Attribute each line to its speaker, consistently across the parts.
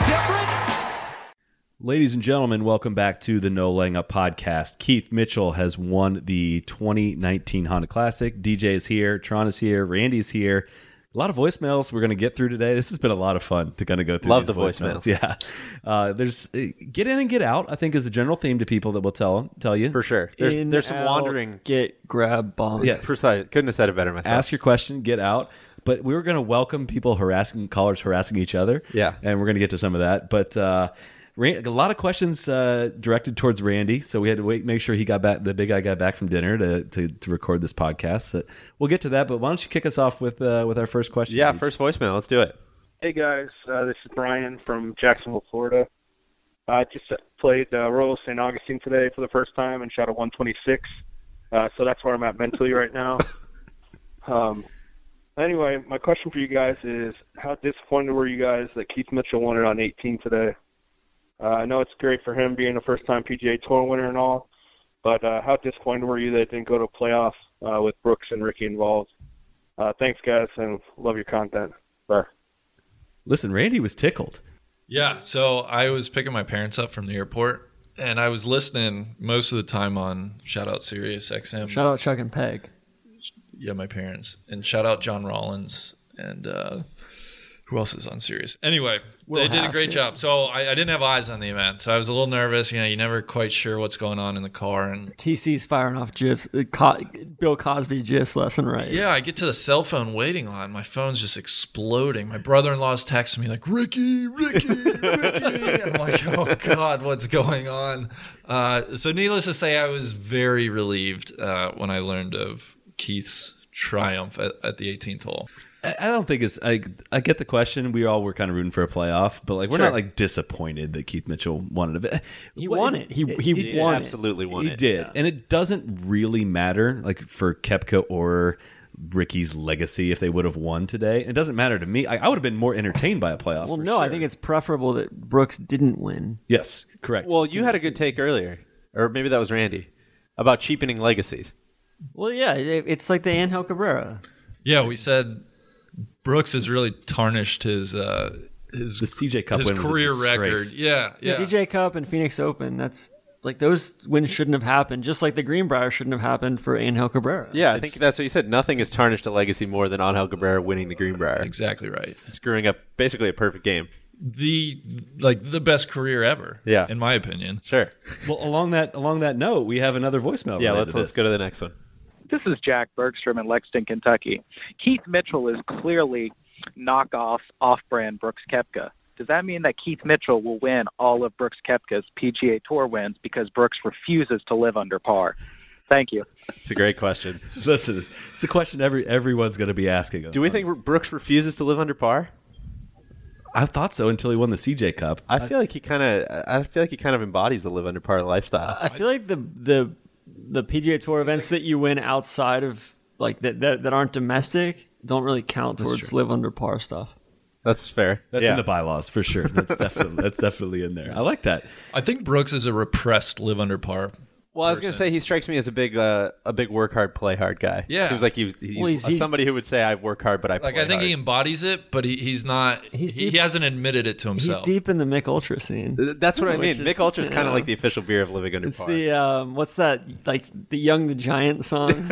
Speaker 1: different?
Speaker 2: Ladies and gentlemen, welcome back to the No Laying Up podcast. Keith Mitchell has won the 2019 Honda Classic. DJ is here, Tron is here, Randy's here. A lot of voicemails we're going to get through today. This has been a lot of fun to kind of go through.
Speaker 3: Love
Speaker 2: these
Speaker 3: the voicemails.
Speaker 2: Yeah, uh, there's uh, get in and get out. I think is the general theme to people that will tell tell you
Speaker 3: for sure. There's,
Speaker 4: In,
Speaker 3: there's some
Speaker 4: out,
Speaker 3: wandering.
Speaker 4: Get, grab, bonk.
Speaker 2: Yes.
Speaker 3: Precise. Couldn't have said it better myself.
Speaker 2: ask your question, get out. But we were going to welcome people harassing callers harassing each other.
Speaker 3: Yeah.
Speaker 2: and we're going to get to some of that. But uh, Ran- a lot of questions uh, directed towards Randy, so we had to wait, make sure he got back. The big guy got back from dinner to to, to record this podcast. So we'll get to that. But why don't you kick us off with uh, with our first question?
Speaker 3: yeah,
Speaker 2: Beach?
Speaker 3: first voicemail. Let's do it.
Speaker 5: Hey guys, uh, this is Brian from Jacksonville, Florida. I uh, just played uh, Royal St. Augustine today for the first time and shot a 126. Uh, so that's where I'm at mentally right now. Um, anyway, my question for you guys is: How disappointed were you guys that Keith Mitchell won it on 18 today? Uh, I know it's great for him being a first-time PGA Tour winner and all, but uh, how disappointed were you that it didn't go to playoff uh, with Brooks and Ricky involved? Uh, thanks, guys, and love your content. Bye.
Speaker 2: listen, Randy was tickled.
Speaker 6: Yeah, so I was picking my parents up from the airport and I was listening most of the time on shout out Sirius XM.
Speaker 4: Shout out Chuck and Peg.
Speaker 6: Yeah, my parents. And shout out John Rollins and uh who else is on Sirius? Anyway,
Speaker 4: Will
Speaker 6: they did a great
Speaker 4: Haskett.
Speaker 6: job. So I, I didn't have eyes on the event. So I was a little nervous. You know, you're never quite sure what's going on in the car. And
Speaker 4: TC's firing off gifs. uh, Co- Bill Cosby gifs left and right.
Speaker 6: Yeah, I get to the cell phone waiting line. My phone's just exploding. My brother in law's texting me, like, Ricky, Ricky, Ricky. I'm like, oh, God, what's going on? Uh, so, needless to say, I was very relieved uh, when I learned of Keith's triumph at, at the 18th hole.
Speaker 2: I I don't think it's. I I get the question. We all were kind of rooting for a playoff, but like we're
Speaker 6: Sure.
Speaker 2: not like disappointed that Keith Mitchell won it.
Speaker 4: He won it. He- he
Speaker 2: did.
Speaker 4: won it.
Speaker 3: absolutely won
Speaker 2: he
Speaker 3: it.
Speaker 2: did, and it doesn't really matter like for Kepka or Ricky's legacy if they would have won today. It doesn't matter to me. I, I would have been more entertained by a playoff.
Speaker 4: Well,
Speaker 2: for
Speaker 4: no, I
Speaker 2: sure.
Speaker 4: think it's preferable that Brooks didn't win.
Speaker 2: yes, correct.
Speaker 3: Well, you had a good take earlier, or maybe that was Randy, about cheapening legacies.
Speaker 4: Well, yeah, it, it's like the Angel Cabrera.
Speaker 6: Yeah, we said Brooks has really tarnished his. Uh, his,
Speaker 2: The CJ Cup
Speaker 6: his
Speaker 2: win was a
Speaker 6: career
Speaker 2: disgrace.
Speaker 6: record, yeah, yeah.
Speaker 4: CJ Cup and Phoenix Open. That's like those wins shouldn't have happened. Just like the Greenbrier shouldn't have happened for Angel
Speaker 2: Uh,
Speaker 4: Cabrera.
Speaker 3: Yeah, I think that's what you said. Nothing has tarnished a legacy more than Angel Cabrera winning the Greenbrier,
Speaker 6: exactly right.
Speaker 3: screwing up basically a perfect game.
Speaker 6: The like the best career ever,
Speaker 3: Yeah.
Speaker 6: in my opinion.
Speaker 3: Sure.
Speaker 2: well, along that along that note, we have another voicemail.
Speaker 3: Yeah,
Speaker 2: related
Speaker 3: let's
Speaker 2: to
Speaker 3: let's
Speaker 2: this.
Speaker 3: go to the next one.
Speaker 7: This is Jack Bergstrom in Lexington, Kentucky. Keith Mitchell is clearly knockoff off brand Brooks Kepka. Does that mean that Keith Mitchell will win all of Brooks Kepka's PGA Tour wins because Brooks refuses to live under par? Thank you.
Speaker 3: It's a great question.
Speaker 2: Listen, it's a question every everyone's going to be asking.
Speaker 3: Do we think Brooks refuses to live under par?
Speaker 2: I thought so until he won the CJ Cup.
Speaker 3: I feel like he kind of. I feel like he kind of embodies the live under par lifestyle.
Speaker 4: I feel like the the the PGA Tour events that you win outside of like that that, that aren't domestic don't really count towards live under par stuff.
Speaker 3: That's fair.
Speaker 2: That's
Speaker 3: Yeah.
Speaker 2: in the bylaws for sure. That's definitely that's definitely in there. I like that.
Speaker 6: I think Brooks is a repressed live under par
Speaker 3: Well, I was going to say he strikes me as a big, uh, a big work hard, play hard guy.
Speaker 6: Yeah.
Speaker 3: seems like he, he's,
Speaker 4: Well, he's- he's-
Speaker 3: somebody who would say I work hard, but I
Speaker 6: like
Speaker 3: play
Speaker 6: I think
Speaker 3: hard.
Speaker 6: he embodies it, but he, he's not.
Speaker 4: He's
Speaker 6: he,
Speaker 4: deep-
Speaker 6: he hasn't admitted it to
Speaker 4: He's
Speaker 6: himself.
Speaker 4: deep in the Mick Ultra scene.
Speaker 3: Th- That's what I mean.
Speaker 4: Which
Speaker 3: Mick
Speaker 4: is-
Speaker 3: Ultra's kind
Speaker 4: yeah.
Speaker 3: of like the official beer of living under
Speaker 4: It's
Speaker 3: par.
Speaker 4: the um, what's that like the Young the Giant song?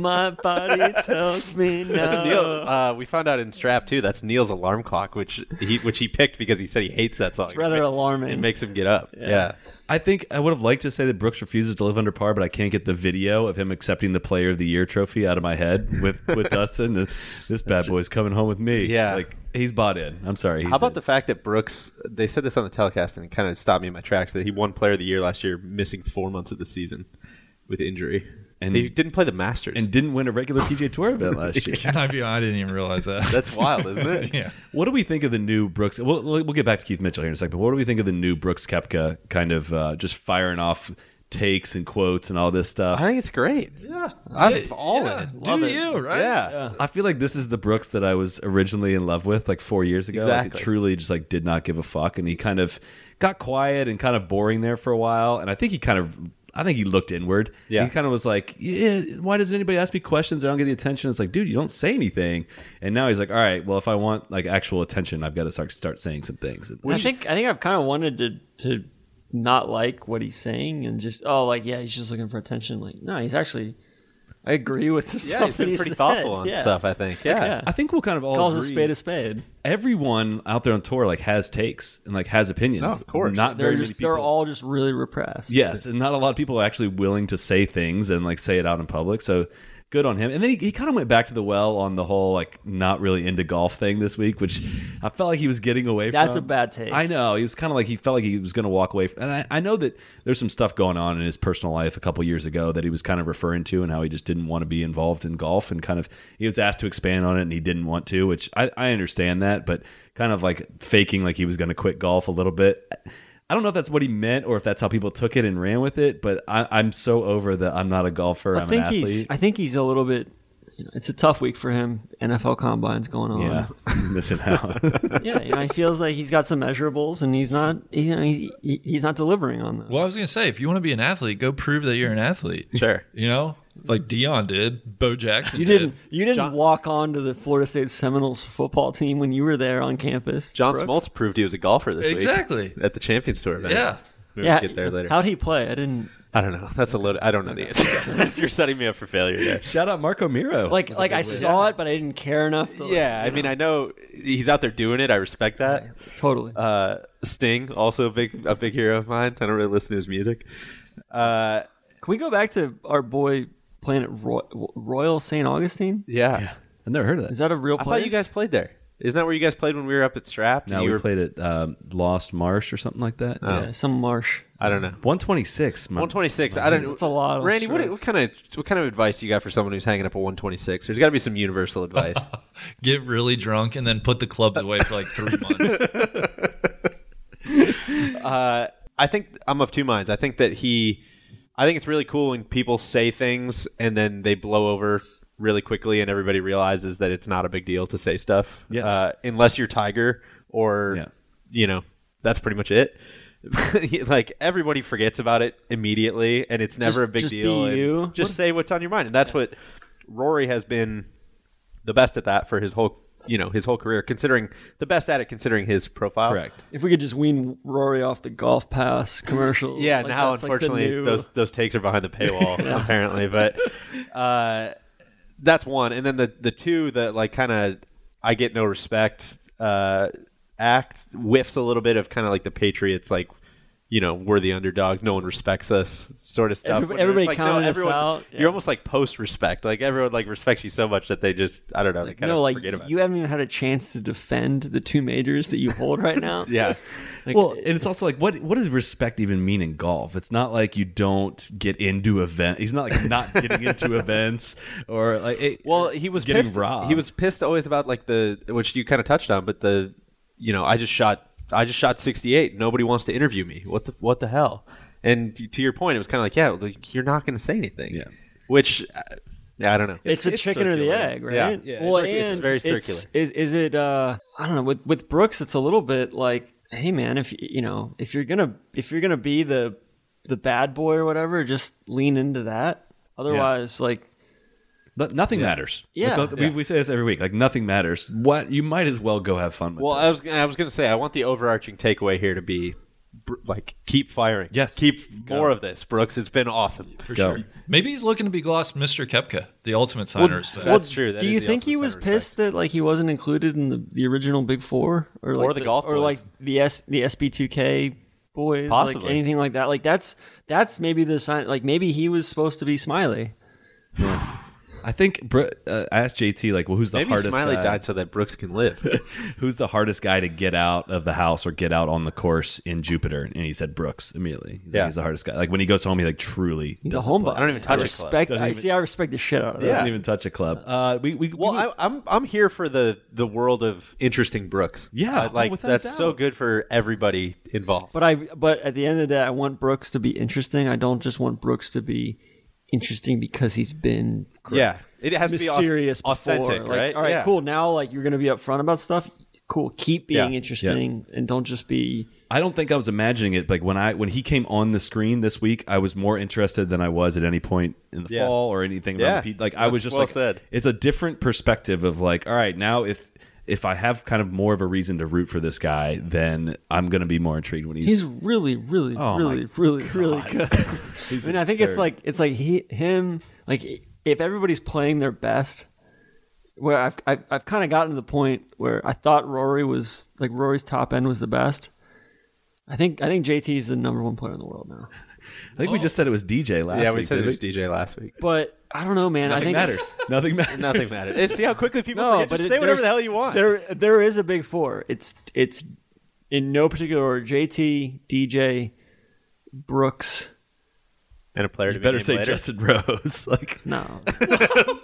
Speaker 4: My body tells me
Speaker 3: That's Neil,
Speaker 4: no.
Speaker 3: uh, we found out in Strap too. That's Neil's alarm clock, which he which he picked because he said he hates that song.
Speaker 4: It's rather
Speaker 3: It ma- It
Speaker 4: alarming.
Speaker 3: makes him get up. Yeah.
Speaker 2: I think I would have liked to say that Brooks refuses to live under par, but I can't get the video of him accepting the Player of the Year trophy out of my head with with Dustin. This bad boy's coming home with me.
Speaker 3: Yeah.
Speaker 2: like he's bought in. I'm sorry. He's
Speaker 3: How about
Speaker 2: in.
Speaker 3: the fact that Brooks? They said this on the telecast, and it kind of stopped me in my tracks. That he won Player of the Year last year, missing four months of the season with injury.
Speaker 2: and
Speaker 3: He didn't play the Masters.
Speaker 2: and didn't win a regular PGA Tour event last year.
Speaker 6: Can I be? I didn't even realize that.
Speaker 3: That's wild, isn't it?
Speaker 6: yeah.
Speaker 2: What do we think of the new Brooks? We'll, we'll get back to Keith Mitchell here in a second. But what do we think of the new Brooks Kepka kind of uh, just firing off takes and quotes and all this stuff?
Speaker 3: I think it's great.
Speaker 6: Yeah.
Speaker 3: I'm
Speaker 6: Yeah,
Speaker 3: all in
Speaker 6: yeah.
Speaker 3: it.
Speaker 6: Do
Speaker 3: Love it.
Speaker 6: you, right?
Speaker 3: Yeah.
Speaker 2: I feel like this is the Brooks that I was originally in love with like four years ago. Like,
Speaker 3: Exactly.
Speaker 2: it truly just like did not give a fuck. And he kind of got quiet and kind of boring there for a while. And I think he kind of, I think he looked inward.
Speaker 3: Yeah.
Speaker 2: He kind of was like, yeah, why doesn't anybody ask me questions? I don't get the attention. It's like, dude, you don't say anything. And now he's like, all right, well, if I want like actual attention, I've got to start, start saying some things. And
Speaker 4: I think I think I've kind of wanted to to not like what he's saying and just oh like yeah he's just looking for attention like no he's actually I agree with
Speaker 3: Yeah,
Speaker 4: the stuff
Speaker 3: he's
Speaker 4: that
Speaker 3: been
Speaker 4: he
Speaker 3: pretty
Speaker 4: said.
Speaker 3: thoughtful on
Speaker 4: yeah.
Speaker 3: stuff, I think. Yeah.
Speaker 4: yeah.
Speaker 2: I think we'll kind of all
Speaker 4: calls
Speaker 2: agree.
Speaker 4: a spade a spade.
Speaker 2: everyone out there on tour like has takes and like has opinions.
Speaker 3: Oh, of course.
Speaker 2: Not
Speaker 4: They're
Speaker 2: very many
Speaker 4: just
Speaker 2: people.
Speaker 4: they're all just really repressed.
Speaker 2: Yes, and not a lot of people are actually willing to say things and like say it out in public. So good on him. And then he, he kind of went back to the well on the whole like not really into golf thing this week, which I felt like he was getting away from.
Speaker 4: That's a bad take.
Speaker 2: I know. He was kind of like he felt like he was going to walk away. From, and I, I know that there's some stuff going on in his personal life a couple years ago that he was kind of referring to and how he just didn't want to be involved in golf and kind of he was asked to expand on it and he didn't want to, which I, I understand that, but kind of like faking like he was going to quit golf a little bit. I don't know if that's what he meant or if that's how people took it and ran with it, but I, I'm so over that I'm not a golfer.
Speaker 4: I
Speaker 2: am
Speaker 4: think
Speaker 2: an athlete.
Speaker 4: he's I think he's a little bit you know, it's a tough week for him. NFL combine's going on.
Speaker 2: yeah, missing out.
Speaker 4: yeah, you know, he feels like he's got some measurables and he's not you know, he's, he- he's not delivering on them.
Speaker 6: Well, I was gonna say, if you want to be an athlete, go prove that you're an athlete.
Speaker 3: Sure.
Speaker 6: You know, like Dion did, Bo Jackson.
Speaker 4: You
Speaker 6: did.
Speaker 4: didn't you didn't walk on to the Florida State Seminoles football team when you were there on campus.
Speaker 3: John
Speaker 4: Brooks?
Speaker 3: Smoltz proved he was a golfer this
Speaker 6: Exactly.
Speaker 3: week. At the Champions Tour event.
Speaker 6: Yeah.
Speaker 3: We
Speaker 4: Yeah,
Speaker 3: will get there later.
Speaker 4: How'd he play? I didn't
Speaker 3: I don't know. That's a load. I don't know the answer. You're setting me up for failure. there.
Speaker 2: Shout out Marco Miro.
Speaker 4: like like I saw it, but I didn't care enough. To, like,
Speaker 3: Yeah, I
Speaker 4: you know,
Speaker 3: mean, I know he's out there doing it. I respect that.
Speaker 4: totally.
Speaker 3: Uh, Sting, also a big a big hero of mine. I don't really listen to his music. Uh,
Speaker 4: Can we go back to our boy Planet Roy- Royal St. Augustine?
Speaker 3: yeah.
Speaker 2: I've never heard of that.
Speaker 4: Is that a real
Speaker 3: I
Speaker 4: place?
Speaker 3: thought you guys played there. Isn't that where you guys played when we were up at Strap?
Speaker 2: no,
Speaker 3: And you
Speaker 2: we
Speaker 3: were-
Speaker 2: played at um, Lost Marsh or something like that.
Speaker 4: Yeah, some marsh.
Speaker 3: Oh. I don't know.
Speaker 2: 126. my-
Speaker 3: 126. I don't.
Speaker 4: That's a lot of
Speaker 3: Randy, what,
Speaker 4: strokes.
Speaker 3: what kind of what kind of advice you got for someone who's hanging up a 126? There's got to be some universal advice.
Speaker 6: Get really drunk and then put the clubs away for like three months.
Speaker 3: uh, I think I'm of two minds. I think that he, I think it's really cool when people say things and then they blow over really quickly, and everybody realizes that it's not a big deal to say stuff.
Speaker 2: Yes.
Speaker 3: Uh, unless you're Tiger or,
Speaker 2: Yeah.
Speaker 3: you know, that's pretty much it. like everybody forgets about it immediately, and it's never
Speaker 4: Just-
Speaker 3: a big
Speaker 4: just
Speaker 3: deal.
Speaker 4: be
Speaker 3: and
Speaker 4: you.
Speaker 3: Just say what's on your mind, and that's what Rory has been the best at that for his whole. You know his whole career, considering the best at it, considering his profile.
Speaker 2: Correct.
Speaker 4: If we could just wean Rory off the golf pass commercial.
Speaker 3: Yeah,
Speaker 4: like,
Speaker 3: now
Speaker 4: that's, like, the
Speaker 3: unfortunately
Speaker 4: new-
Speaker 3: those those takes are behind the paywall apparently, but uh, that's one. And then the the two that like kind of I get no respect uh, act whiffs a little bit of kind of like the Patriots like you know we're the underdog, no one respects us sort of stuff.
Speaker 4: Everyb-
Speaker 3: When it's
Speaker 4: everybody
Speaker 3: like,
Speaker 4: counted us out,
Speaker 3: You're
Speaker 4: yeah.
Speaker 3: almost like post respect, like everyone like respects you so much that they just I don't know they
Speaker 4: like,
Speaker 3: kind of
Speaker 4: no, like
Speaker 3: forget about
Speaker 4: you
Speaker 3: it.
Speaker 4: haven't even had a chance to defend the two majors that you hold right now.
Speaker 3: Yeah,
Speaker 4: Like,
Speaker 2: Well, and it's also like what what does respect even mean in golf? It's not like you don't get into event. He's not like not getting into events or like it,
Speaker 3: Well, he was
Speaker 2: getting
Speaker 3: pissed.
Speaker 2: robbed.
Speaker 3: He was pissed always about like the which you kind of touched on, but the you know I just shot I just shot 68. Nobody wants to interview me. What the what the hell? And to your point, it was kind of like yeah, like, you're not going to say anything.
Speaker 2: Yeah.
Speaker 3: Which uh, yeah, I don't know.
Speaker 4: it's,
Speaker 2: it's
Speaker 4: a chicken or the
Speaker 2: circular.
Speaker 4: egg,
Speaker 3: Yeah.
Speaker 4: right?
Speaker 3: Yeah,
Speaker 4: well,
Speaker 3: it's- it's
Speaker 4: and
Speaker 3: very
Speaker 4: Is,
Speaker 3: circular.
Speaker 4: is it? Uh, I don't know. With with Brooks, it's a little bit like, hey man, if you know, if you're gonna if you're gonna be the the bad boy or whatever, just lean into that. Otherwise, like
Speaker 2: but nothing matters.
Speaker 4: Yeah.
Speaker 2: Like, we, we say this every week. Like nothing matters. What you might as well go have fun with.
Speaker 3: well,
Speaker 2: this.
Speaker 3: I was I was going to say I want the overarching takeaway here to be br- like keep firing.
Speaker 2: Yes.
Speaker 3: keep
Speaker 2: Go.
Speaker 3: more of this, Brooks. It's been awesome.
Speaker 6: For
Speaker 2: Go.
Speaker 6: sure. Maybe he's looking to be glossed Mr. Kepka, the ultimate
Speaker 4: well,
Speaker 6: signer. respect.
Speaker 3: That's true. That
Speaker 4: do
Speaker 3: is
Speaker 4: you
Speaker 3: the
Speaker 4: think he
Speaker 3: ultimate
Speaker 4: was
Speaker 3: sign of respect.
Speaker 4: pissed that like he wasn't included in the, the original Big Four or like
Speaker 3: the golf
Speaker 4: or
Speaker 3: boys.
Speaker 4: like the S the SB two K boys,
Speaker 3: Possibly.
Speaker 4: like anything like that? Like that's that's maybe the sign. Like maybe he was supposed to be Smiley.
Speaker 2: I think Br- uh, I asked JT like, well, who's the
Speaker 3: Maybe
Speaker 2: hardest
Speaker 3: Smiley
Speaker 2: guy?
Speaker 3: died so that Brooks can live.
Speaker 2: who's the hardest guy to get out of the house or get out on the course in Jupiter? And he said Brooks immediately. He's, like,
Speaker 3: Yeah.
Speaker 2: he's the hardest guy. Like when he goes home, he like truly
Speaker 4: He's a
Speaker 2: doesn't
Speaker 4: homebody.
Speaker 2: play.
Speaker 3: I don't even
Speaker 4: I
Speaker 3: touch his club.
Speaker 4: respect.
Speaker 2: Doesn't
Speaker 4: I
Speaker 2: even-
Speaker 4: see. I respect the shit out of
Speaker 2: Doesn't
Speaker 4: that.
Speaker 2: even touch a club. Uh, we we
Speaker 3: Well,
Speaker 2: we-
Speaker 3: I, I'm I'm here for the the world of interesting Brooks.
Speaker 2: Yeah, oh,
Speaker 3: I- like
Speaker 2: without a
Speaker 3: that's
Speaker 2: doubt.
Speaker 3: so good for everybody involved.
Speaker 4: But I. But at the end of the day, I want Brooks to be interesting. I don't just want Brooks to be interesting because he's been great.
Speaker 3: Yeah, it has
Speaker 4: mysterious
Speaker 3: to be au- authentic,
Speaker 4: before. Like,
Speaker 3: right?
Speaker 4: all right,
Speaker 3: Yeah.
Speaker 4: cool. Now, like you're gonna be upfront about stuff. Cool. Keep being
Speaker 3: Yeah.
Speaker 4: interesting and don't just be.
Speaker 2: I don't think I was imagining it. Like when I when he came on the screen this week, I was more interested than I was at any point in the
Speaker 3: Yeah.
Speaker 2: fall or anything. around
Speaker 3: Yeah.
Speaker 2: the Pete. like I was
Speaker 3: That's
Speaker 2: just
Speaker 3: well
Speaker 2: like,
Speaker 3: said.
Speaker 2: it's a different perspective of like, all right, now if if I have kind of more of a reason to root for this guy, then I'm going to be more intrigued when he's.
Speaker 4: He's really, really,
Speaker 2: Oh my
Speaker 4: really, really, really good.
Speaker 2: he's
Speaker 4: I mean, I think it's
Speaker 2: absurd.
Speaker 4: like it's like he, him. Like if everybody's playing their best, where I've I've, I've kind of gotten to the point where I thought Rory was like Rory's top end was the best. I think I think JT is the number one player in the world now.
Speaker 2: I think we just said it was DJ last
Speaker 3: yeah,
Speaker 2: week.
Speaker 3: we said it
Speaker 2: didn't
Speaker 3: was DJ last week.
Speaker 4: But I don't know, man. I
Speaker 2: Nothing
Speaker 4: think
Speaker 2: matters. Nothing matters.
Speaker 3: Nothing mattered. Eh, See how quickly people
Speaker 4: No,
Speaker 3: forget.
Speaker 4: but
Speaker 3: Just
Speaker 4: it-
Speaker 3: say whatever
Speaker 4: there's-
Speaker 3: the hell you want.
Speaker 4: There there is a big four. It's it's in no particular order. JT, DJ, Brooks.
Speaker 3: and a player to
Speaker 2: You
Speaker 3: be
Speaker 2: better
Speaker 3: named
Speaker 2: say
Speaker 3: later.
Speaker 2: Justin Rose. like
Speaker 4: No,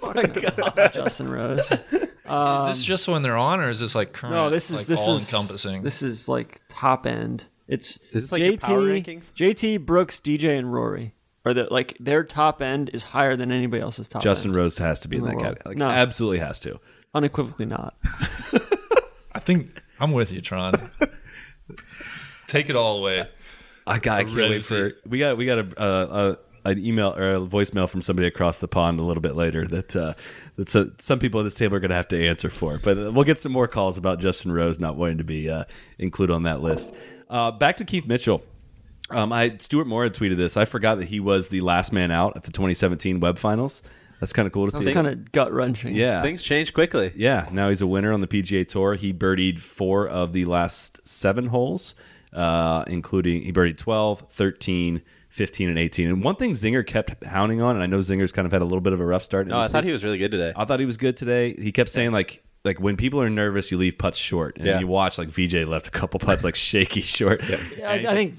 Speaker 4: God, Justin Rose.
Speaker 6: is this just when they're on, or is this like current?
Speaker 4: No, this is
Speaker 6: like,
Speaker 4: this
Speaker 6: all
Speaker 4: is
Speaker 6: encompassing.
Speaker 4: This is like top end. It's
Speaker 3: Is this like your
Speaker 4: JT,
Speaker 3: power rankings?
Speaker 4: JT, Brooks, DJ, and Rory. Or the like their top end is higher than anybody else's top.
Speaker 2: Justin
Speaker 4: end.
Speaker 2: Rose has to be in
Speaker 4: In the
Speaker 2: that
Speaker 4: world.
Speaker 2: category. Like,
Speaker 4: No.
Speaker 2: Absolutely has to.
Speaker 4: unequivocally not.
Speaker 6: I think I'm with you, Tron. Take it all away.
Speaker 2: I got. I can't wait for.
Speaker 6: Ramsey.
Speaker 2: We got. We got a, uh, a an email or a voicemail from somebody across the pond a little bit later that uh, that so, some people at this table are going to have to answer for. But uh, we'll get some more calls about Justin Rose not wanting to be uh, included on that list. Uh, back to Keith Mitchell. Um, I Stuart Moore had tweeted this. I forgot that he was the last man out at the 2017 Web Finals. That's kind of cool to see.
Speaker 4: It's kind of gut wrenching.
Speaker 2: yeah,
Speaker 3: Things change quickly.
Speaker 2: yeah, now he's a winner on the PGA Tour. He birdied four of the last seven holes, uh, including he birdied 12, 13, 15, and 18. And one thing Zinger kept hounding on, and I know Zinger's kind of had a little bit of a rough start.
Speaker 3: No, Oh, I thought he was really good today.
Speaker 2: I thought he was good today. He kept saying like like when people are nervous, you leave putts short, and
Speaker 3: Yeah.
Speaker 2: you watch like VJ left a couple putts like shaky short.
Speaker 4: Yeah, I, I think.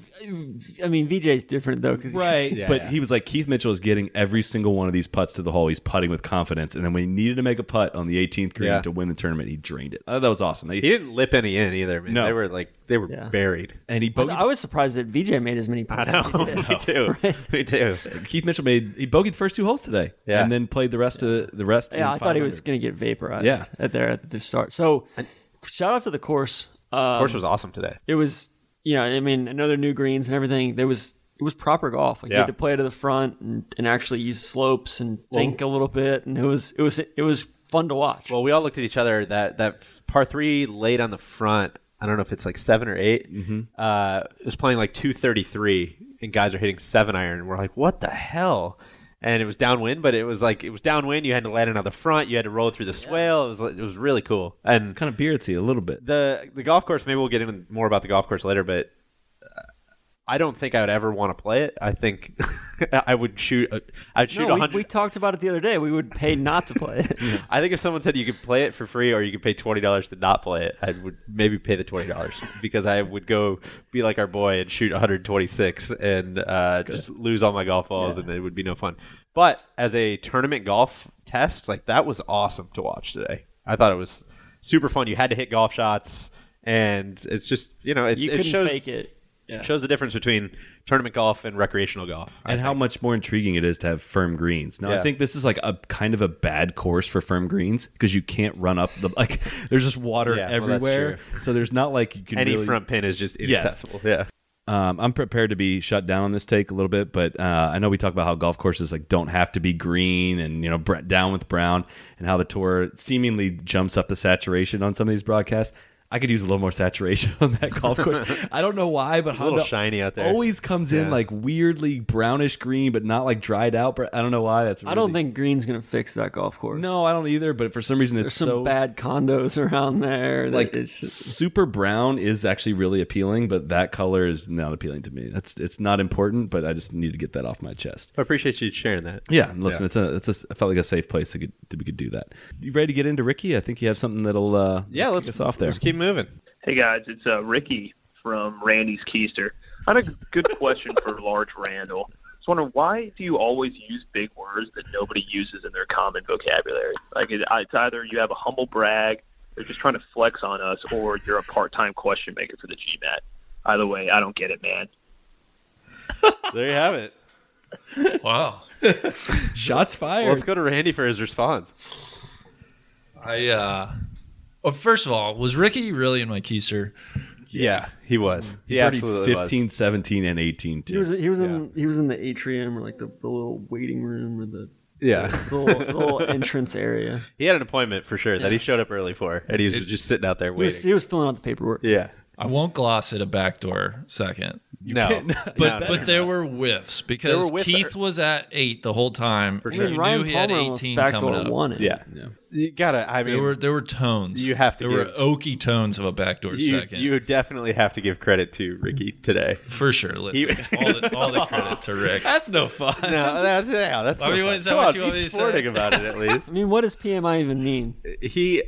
Speaker 4: I mean, VJ's different though because
Speaker 2: Right. but he was like, Keith Mitchell is getting every single one of these putts to the hole. He's putting with confidence. And then when he needed to make a putt on the 18th green
Speaker 3: Yeah.
Speaker 2: to win the tournament, he drained it. Oh, that was awesome. They-
Speaker 3: He didn't lip any in either. Man.
Speaker 2: No.
Speaker 3: they were like they were
Speaker 4: Yeah.
Speaker 3: buried.
Speaker 2: and he bogeyed,
Speaker 4: I was surprised that VJ made as many points. As he did.
Speaker 3: me too. Me too.
Speaker 2: Keith Mitchell made he bogeyed the first two holes today,
Speaker 3: Yeah.
Speaker 2: and then played the rest of the rest. in
Speaker 4: Yeah, I thought he
Speaker 2: 500.
Speaker 4: was going to get vaporized
Speaker 2: Yeah.
Speaker 4: at there at the start. So, shout out to the course. Um,
Speaker 3: Course was awesome today.
Speaker 4: it was you know i mean another new greens and everything there was it was proper golf like you
Speaker 3: Yeah.
Speaker 4: had to play to the front and, and actually use slopes and think a little bit and it was it was it was fun to watch
Speaker 3: Well, we all looked at each other. That that par three laid on the front. I don't know if it's like seven or 8 Uh, it was playing like two thirty three, and guys are hitting seven iron. We're like, what the hell? And it was downwind, but it was like it was downwind. You had to land it on the front. You had to roll through the swale. It was like- it was really cool. And
Speaker 2: It's kind of beardsy a little bit.
Speaker 3: the the golf course. Maybe we'll get into more about the golf course later, but. uh, I don't think I would ever want to play it. I think I would shoot. a- I'd shoot
Speaker 4: no, we,
Speaker 3: 100.
Speaker 4: we talked about it the other day we would pay not to play it
Speaker 3: I think if someone said you could play it for free or you could pay twenty dollars to not play it, I would maybe pay the twenty dollars because I would go be like our boy and shoot 126 and uh, just lose all my golf balls and it would be no fun. But as a tournament golf test, like that was awesome to watch today. I thought it was super fun. You had to hit golf shots, and it's just you know it,
Speaker 4: you
Speaker 3: it
Speaker 4: couldn't
Speaker 3: shows
Speaker 4: fake it
Speaker 3: it shows the difference between tournament golf and recreational golf.
Speaker 2: and how much more intriguing it is to have firm greens. Now, I
Speaker 3: Yeah.
Speaker 2: think this is like a kind of a bad course for firm greens because you can't run up the like. There's just water
Speaker 3: Yeah, well, that's
Speaker 2: everywhere, so there's not like you can
Speaker 3: Any
Speaker 2: really,
Speaker 3: front pin is just
Speaker 2: Yes.
Speaker 3: inaccessible. Yeah.
Speaker 2: Um, I'm prepared to be shut down on this take a little bit, but uh, I know we talk about how golf courses like don't have to be green and you know br- down with brown, and how the tour seemingly jumps up the saturation on some of these broadcasts. I could use a little more saturation on that golf course. I don't know why,
Speaker 3: a
Speaker 2: but
Speaker 3: little
Speaker 2: Honda
Speaker 3: shiny out there.
Speaker 2: always comes in
Speaker 3: Yeah.
Speaker 2: like weirdly brownish green, but not like dried out. br- I don't know why. That's
Speaker 4: I don't
Speaker 2: really-
Speaker 4: think green's gonna fix that golf course.
Speaker 2: No, I don't either. But for some reason,
Speaker 4: there's
Speaker 2: it's
Speaker 4: some
Speaker 2: so
Speaker 4: bad condos around there. that
Speaker 2: like
Speaker 4: it's just-
Speaker 2: super brown is actually really appealing, but that color is not appealing to me. That's it's not important, but I just need to get that off my chest.
Speaker 3: I appreciate you sharing that.
Speaker 2: Yeah, and listen, it's a it's a I felt like a safe place to get to we could do that. You ready to get into Ricky? I think you have something that'll uh
Speaker 3: Yeah,
Speaker 2: kick
Speaker 3: let's
Speaker 2: us off there.
Speaker 3: Let's keep moving.
Speaker 8: Hey guys, it's uh, Ricky from Randy's Keister. I had a good question for Large Randall. I was wondering why do you always use big words that nobody uses in their common vocabulary? Like it, it's either you have a humble brag, they're just trying to flex on us, or you're a part-time question maker for the GMAT. Either way, I don't get it, man.
Speaker 3: There you have it.
Speaker 6: Wow.
Speaker 2: Shots
Speaker 3: Well,
Speaker 2: fired.
Speaker 3: let's go to Randy for his response.
Speaker 6: I uh well, first of all, was Ricky really in my keister?
Speaker 3: Yeah, he was. He,
Speaker 2: Already
Speaker 3: absolutely
Speaker 2: 15, 17, and 18
Speaker 4: he
Speaker 2: too.
Speaker 4: was he was in he was in the atrium or like the, the little waiting room or the,
Speaker 3: was. Yeah,
Speaker 4: the little, the little entrance area.
Speaker 3: he had an appointment for sure that he showed up early for, and he was just sitting out there
Speaker 4: He was,
Speaker 3: waiting.
Speaker 4: he was filling out the paperwork.
Speaker 3: yeah,
Speaker 6: I won't gloss it a backdoor second.
Speaker 3: no,
Speaker 6: But
Speaker 3: no,
Speaker 6: but there were whiffs because
Speaker 3: were whiffs.
Speaker 6: Keith was at eight the whole time. For
Speaker 4: I mean, Ryan Palmer almost backdoor won it.
Speaker 3: yeah, you gotta. I mean,
Speaker 6: There were there were tones.
Speaker 3: You have to
Speaker 6: There were
Speaker 3: give-
Speaker 6: oaky tones of a backdoor
Speaker 3: you
Speaker 6: second.
Speaker 3: you definitely have to give credit to Ricky today.
Speaker 6: for sure. Listen, all, the, all the credit to Rick.
Speaker 2: That's no fun.
Speaker 3: No, that's yeah, that's.
Speaker 6: I mean,
Speaker 3: fine.
Speaker 6: what is that
Speaker 3: Come
Speaker 6: what
Speaker 3: on,
Speaker 6: you
Speaker 3: be
Speaker 6: want me to say?
Speaker 3: sporting about it at least.
Speaker 4: I mean, what does PMI even mean?
Speaker 3: he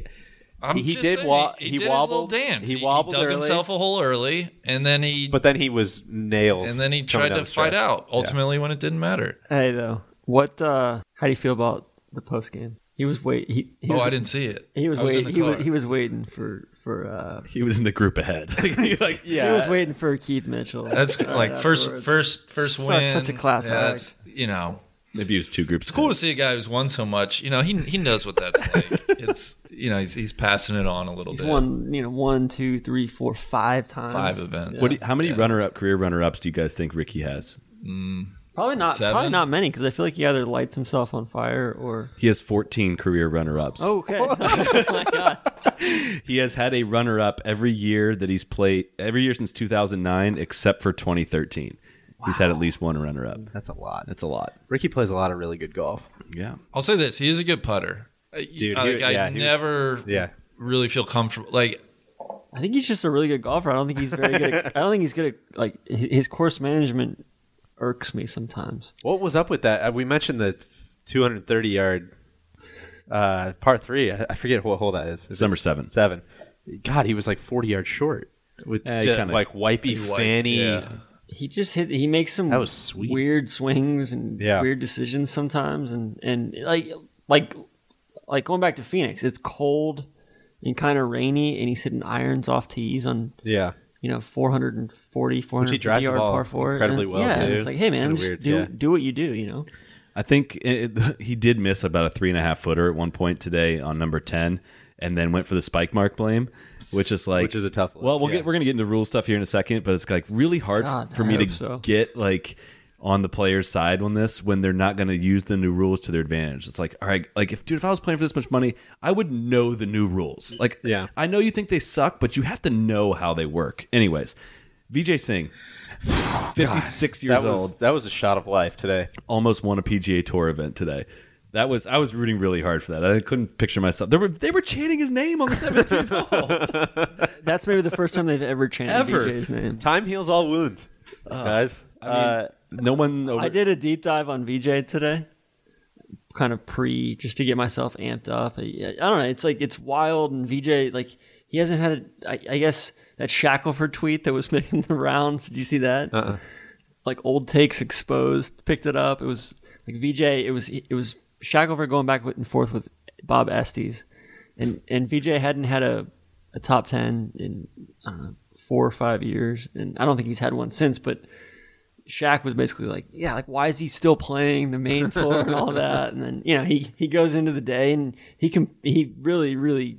Speaker 6: I'm
Speaker 3: He
Speaker 6: just
Speaker 3: did
Speaker 6: saying,
Speaker 3: wa-
Speaker 6: He,
Speaker 3: he
Speaker 6: did his
Speaker 3: wobbled-
Speaker 6: little dance.
Speaker 3: he
Speaker 6: He,
Speaker 3: wobbled
Speaker 6: dug
Speaker 3: early.
Speaker 6: himself a hole early, and then he
Speaker 3: But then he was nails.
Speaker 6: and then he
Speaker 3: coming
Speaker 6: tried
Speaker 3: down
Speaker 6: to
Speaker 3: the
Speaker 6: fight
Speaker 3: stretch.
Speaker 6: out. Ultimately, when it didn't matter.
Speaker 4: Hey though, what? uh How do you feel about the post game? He was wait. He, he
Speaker 6: Oh,
Speaker 4: was,
Speaker 6: I didn't see it.
Speaker 4: He was,
Speaker 6: I in
Speaker 4: waiting.
Speaker 6: the
Speaker 4: He, wa-
Speaker 6: car.
Speaker 4: he was waiting for for. uh
Speaker 2: He was in the group ahead. Like, like,
Speaker 3: Yeah,
Speaker 4: He was waiting for Keith Mitchell.
Speaker 6: That's
Speaker 4: Right
Speaker 6: like first,
Speaker 4: afterwards.
Speaker 6: first, first
Speaker 4: Such-
Speaker 6: win.
Speaker 4: such a class
Speaker 6: Yeah,
Speaker 4: act.
Speaker 6: that's you know,
Speaker 2: maybe he was two groups.
Speaker 6: cool to see a guy who's won so much. You know, he he knows what that's like. It's you know, he's he's passing it on a little
Speaker 4: He's
Speaker 6: bit.
Speaker 4: won, you know, one, two, three, four, five times.
Speaker 6: five events.
Speaker 2: What do you- how many runner-up career runner-ups do you guys think Ricky has?
Speaker 4: Probably not.
Speaker 6: Seven?
Speaker 4: Probably not many because I feel like he either lights himself on fire or.
Speaker 2: He has 14 career runner-ups.
Speaker 4: okay. oh my god.
Speaker 2: He has had a runner up every year that he's played, every year since 2009, except for 2013. He's had at least one runner up.
Speaker 3: That's a lot.
Speaker 2: That's a lot.
Speaker 3: Ricky plays a lot of really good golf.
Speaker 2: Yeah.
Speaker 6: I'll say this: he is a good putter.
Speaker 3: Dude,
Speaker 6: I,
Speaker 3: he-
Speaker 6: like, I
Speaker 3: yeah, he was-
Speaker 6: never
Speaker 3: Yeah,
Speaker 6: really feel comfortable. Like
Speaker 4: I think he's just a really good golfer. I don't think he's very good. At, I don't think he's good at like hi- his course management irks me sometimes.
Speaker 3: What was up with that? Uh, We mentioned the 230 yard uh, par three. I, I forget what hole that is. Is it
Speaker 2: Number seven.
Speaker 3: Seven. God, he was like 40 yards short with
Speaker 2: Yeah, he
Speaker 3: just,
Speaker 2: kinda-
Speaker 3: like wipey
Speaker 6: He wiped,
Speaker 3: fanny.
Speaker 6: yeah.
Speaker 4: He just hit. He makes some
Speaker 3: That was sweet.
Speaker 4: weird swings and
Speaker 3: Yeah.
Speaker 4: weird decisions sometimes, and and like like like going back to Phoenix, it's cold and kind of rainy, and he's hitting irons off tees on
Speaker 3: Yeah.
Speaker 4: you know 440,
Speaker 3: he
Speaker 4: 450
Speaker 3: drives the
Speaker 4: yard
Speaker 3: ball
Speaker 4: par four.
Speaker 3: incredibly
Speaker 4: and,
Speaker 3: well,
Speaker 4: Yeah, and
Speaker 3: too.
Speaker 4: it's like, hey man,
Speaker 3: Kinda
Speaker 4: just
Speaker 3: weird,
Speaker 4: do
Speaker 3: yeah.
Speaker 4: do what you do, you know.
Speaker 2: I think it, it- he did miss about a three and a half footer at one point today on number 10 and then went for the spike mark blame. Which is like,
Speaker 3: Which is a tough one,
Speaker 2: Well, we'll
Speaker 3: yeah.
Speaker 2: get we're gonna get into rule stuff here in a second, but it's like really hard
Speaker 4: God,
Speaker 2: for
Speaker 4: I
Speaker 2: me to
Speaker 4: hope so.
Speaker 2: get like on the player's side on this when they're not going to use the new rules to their advantage. It's like, all right, like if dude, if I was playing for this much money, I would know the new rules. Like,
Speaker 3: Yeah.
Speaker 2: I know you think they suck, but you have to know how they work. Anyways, Vijay Singh, fifty six years
Speaker 3: That was,
Speaker 2: old,
Speaker 3: that was a shot of life today.
Speaker 2: almost won a PGA Tour event today. That was I was rooting really hard for that. I couldn't picture myself. They were they were chanting his name on the seventeenth hole.
Speaker 4: That's maybe the first time they've ever chanted
Speaker 2: Ever.
Speaker 4: VJ's name.
Speaker 3: Time heals all wounds, guys. uh,
Speaker 2: No one. Over,
Speaker 4: I did a deep dive on VJ today, kind of pre, just to get myself amped up. I, I don't know. It's like it's wild, and VJ like he hasn't had. A, I, I guess that Shackleford tweet that was making the rounds. Did you see that?
Speaker 3: Uh-uh.
Speaker 4: Like old takes exposed, picked it up. It was like VJ. It was it was Shackleford going back and forth with Bob Estes, and and VJ hadn't had a a top ten in I don't know, four or five years, and I don't think he's had one since, but. Shaq was basically like, yeah, like why is he still playing the main tour and all that? And then you know he he goes into the day and he can he really really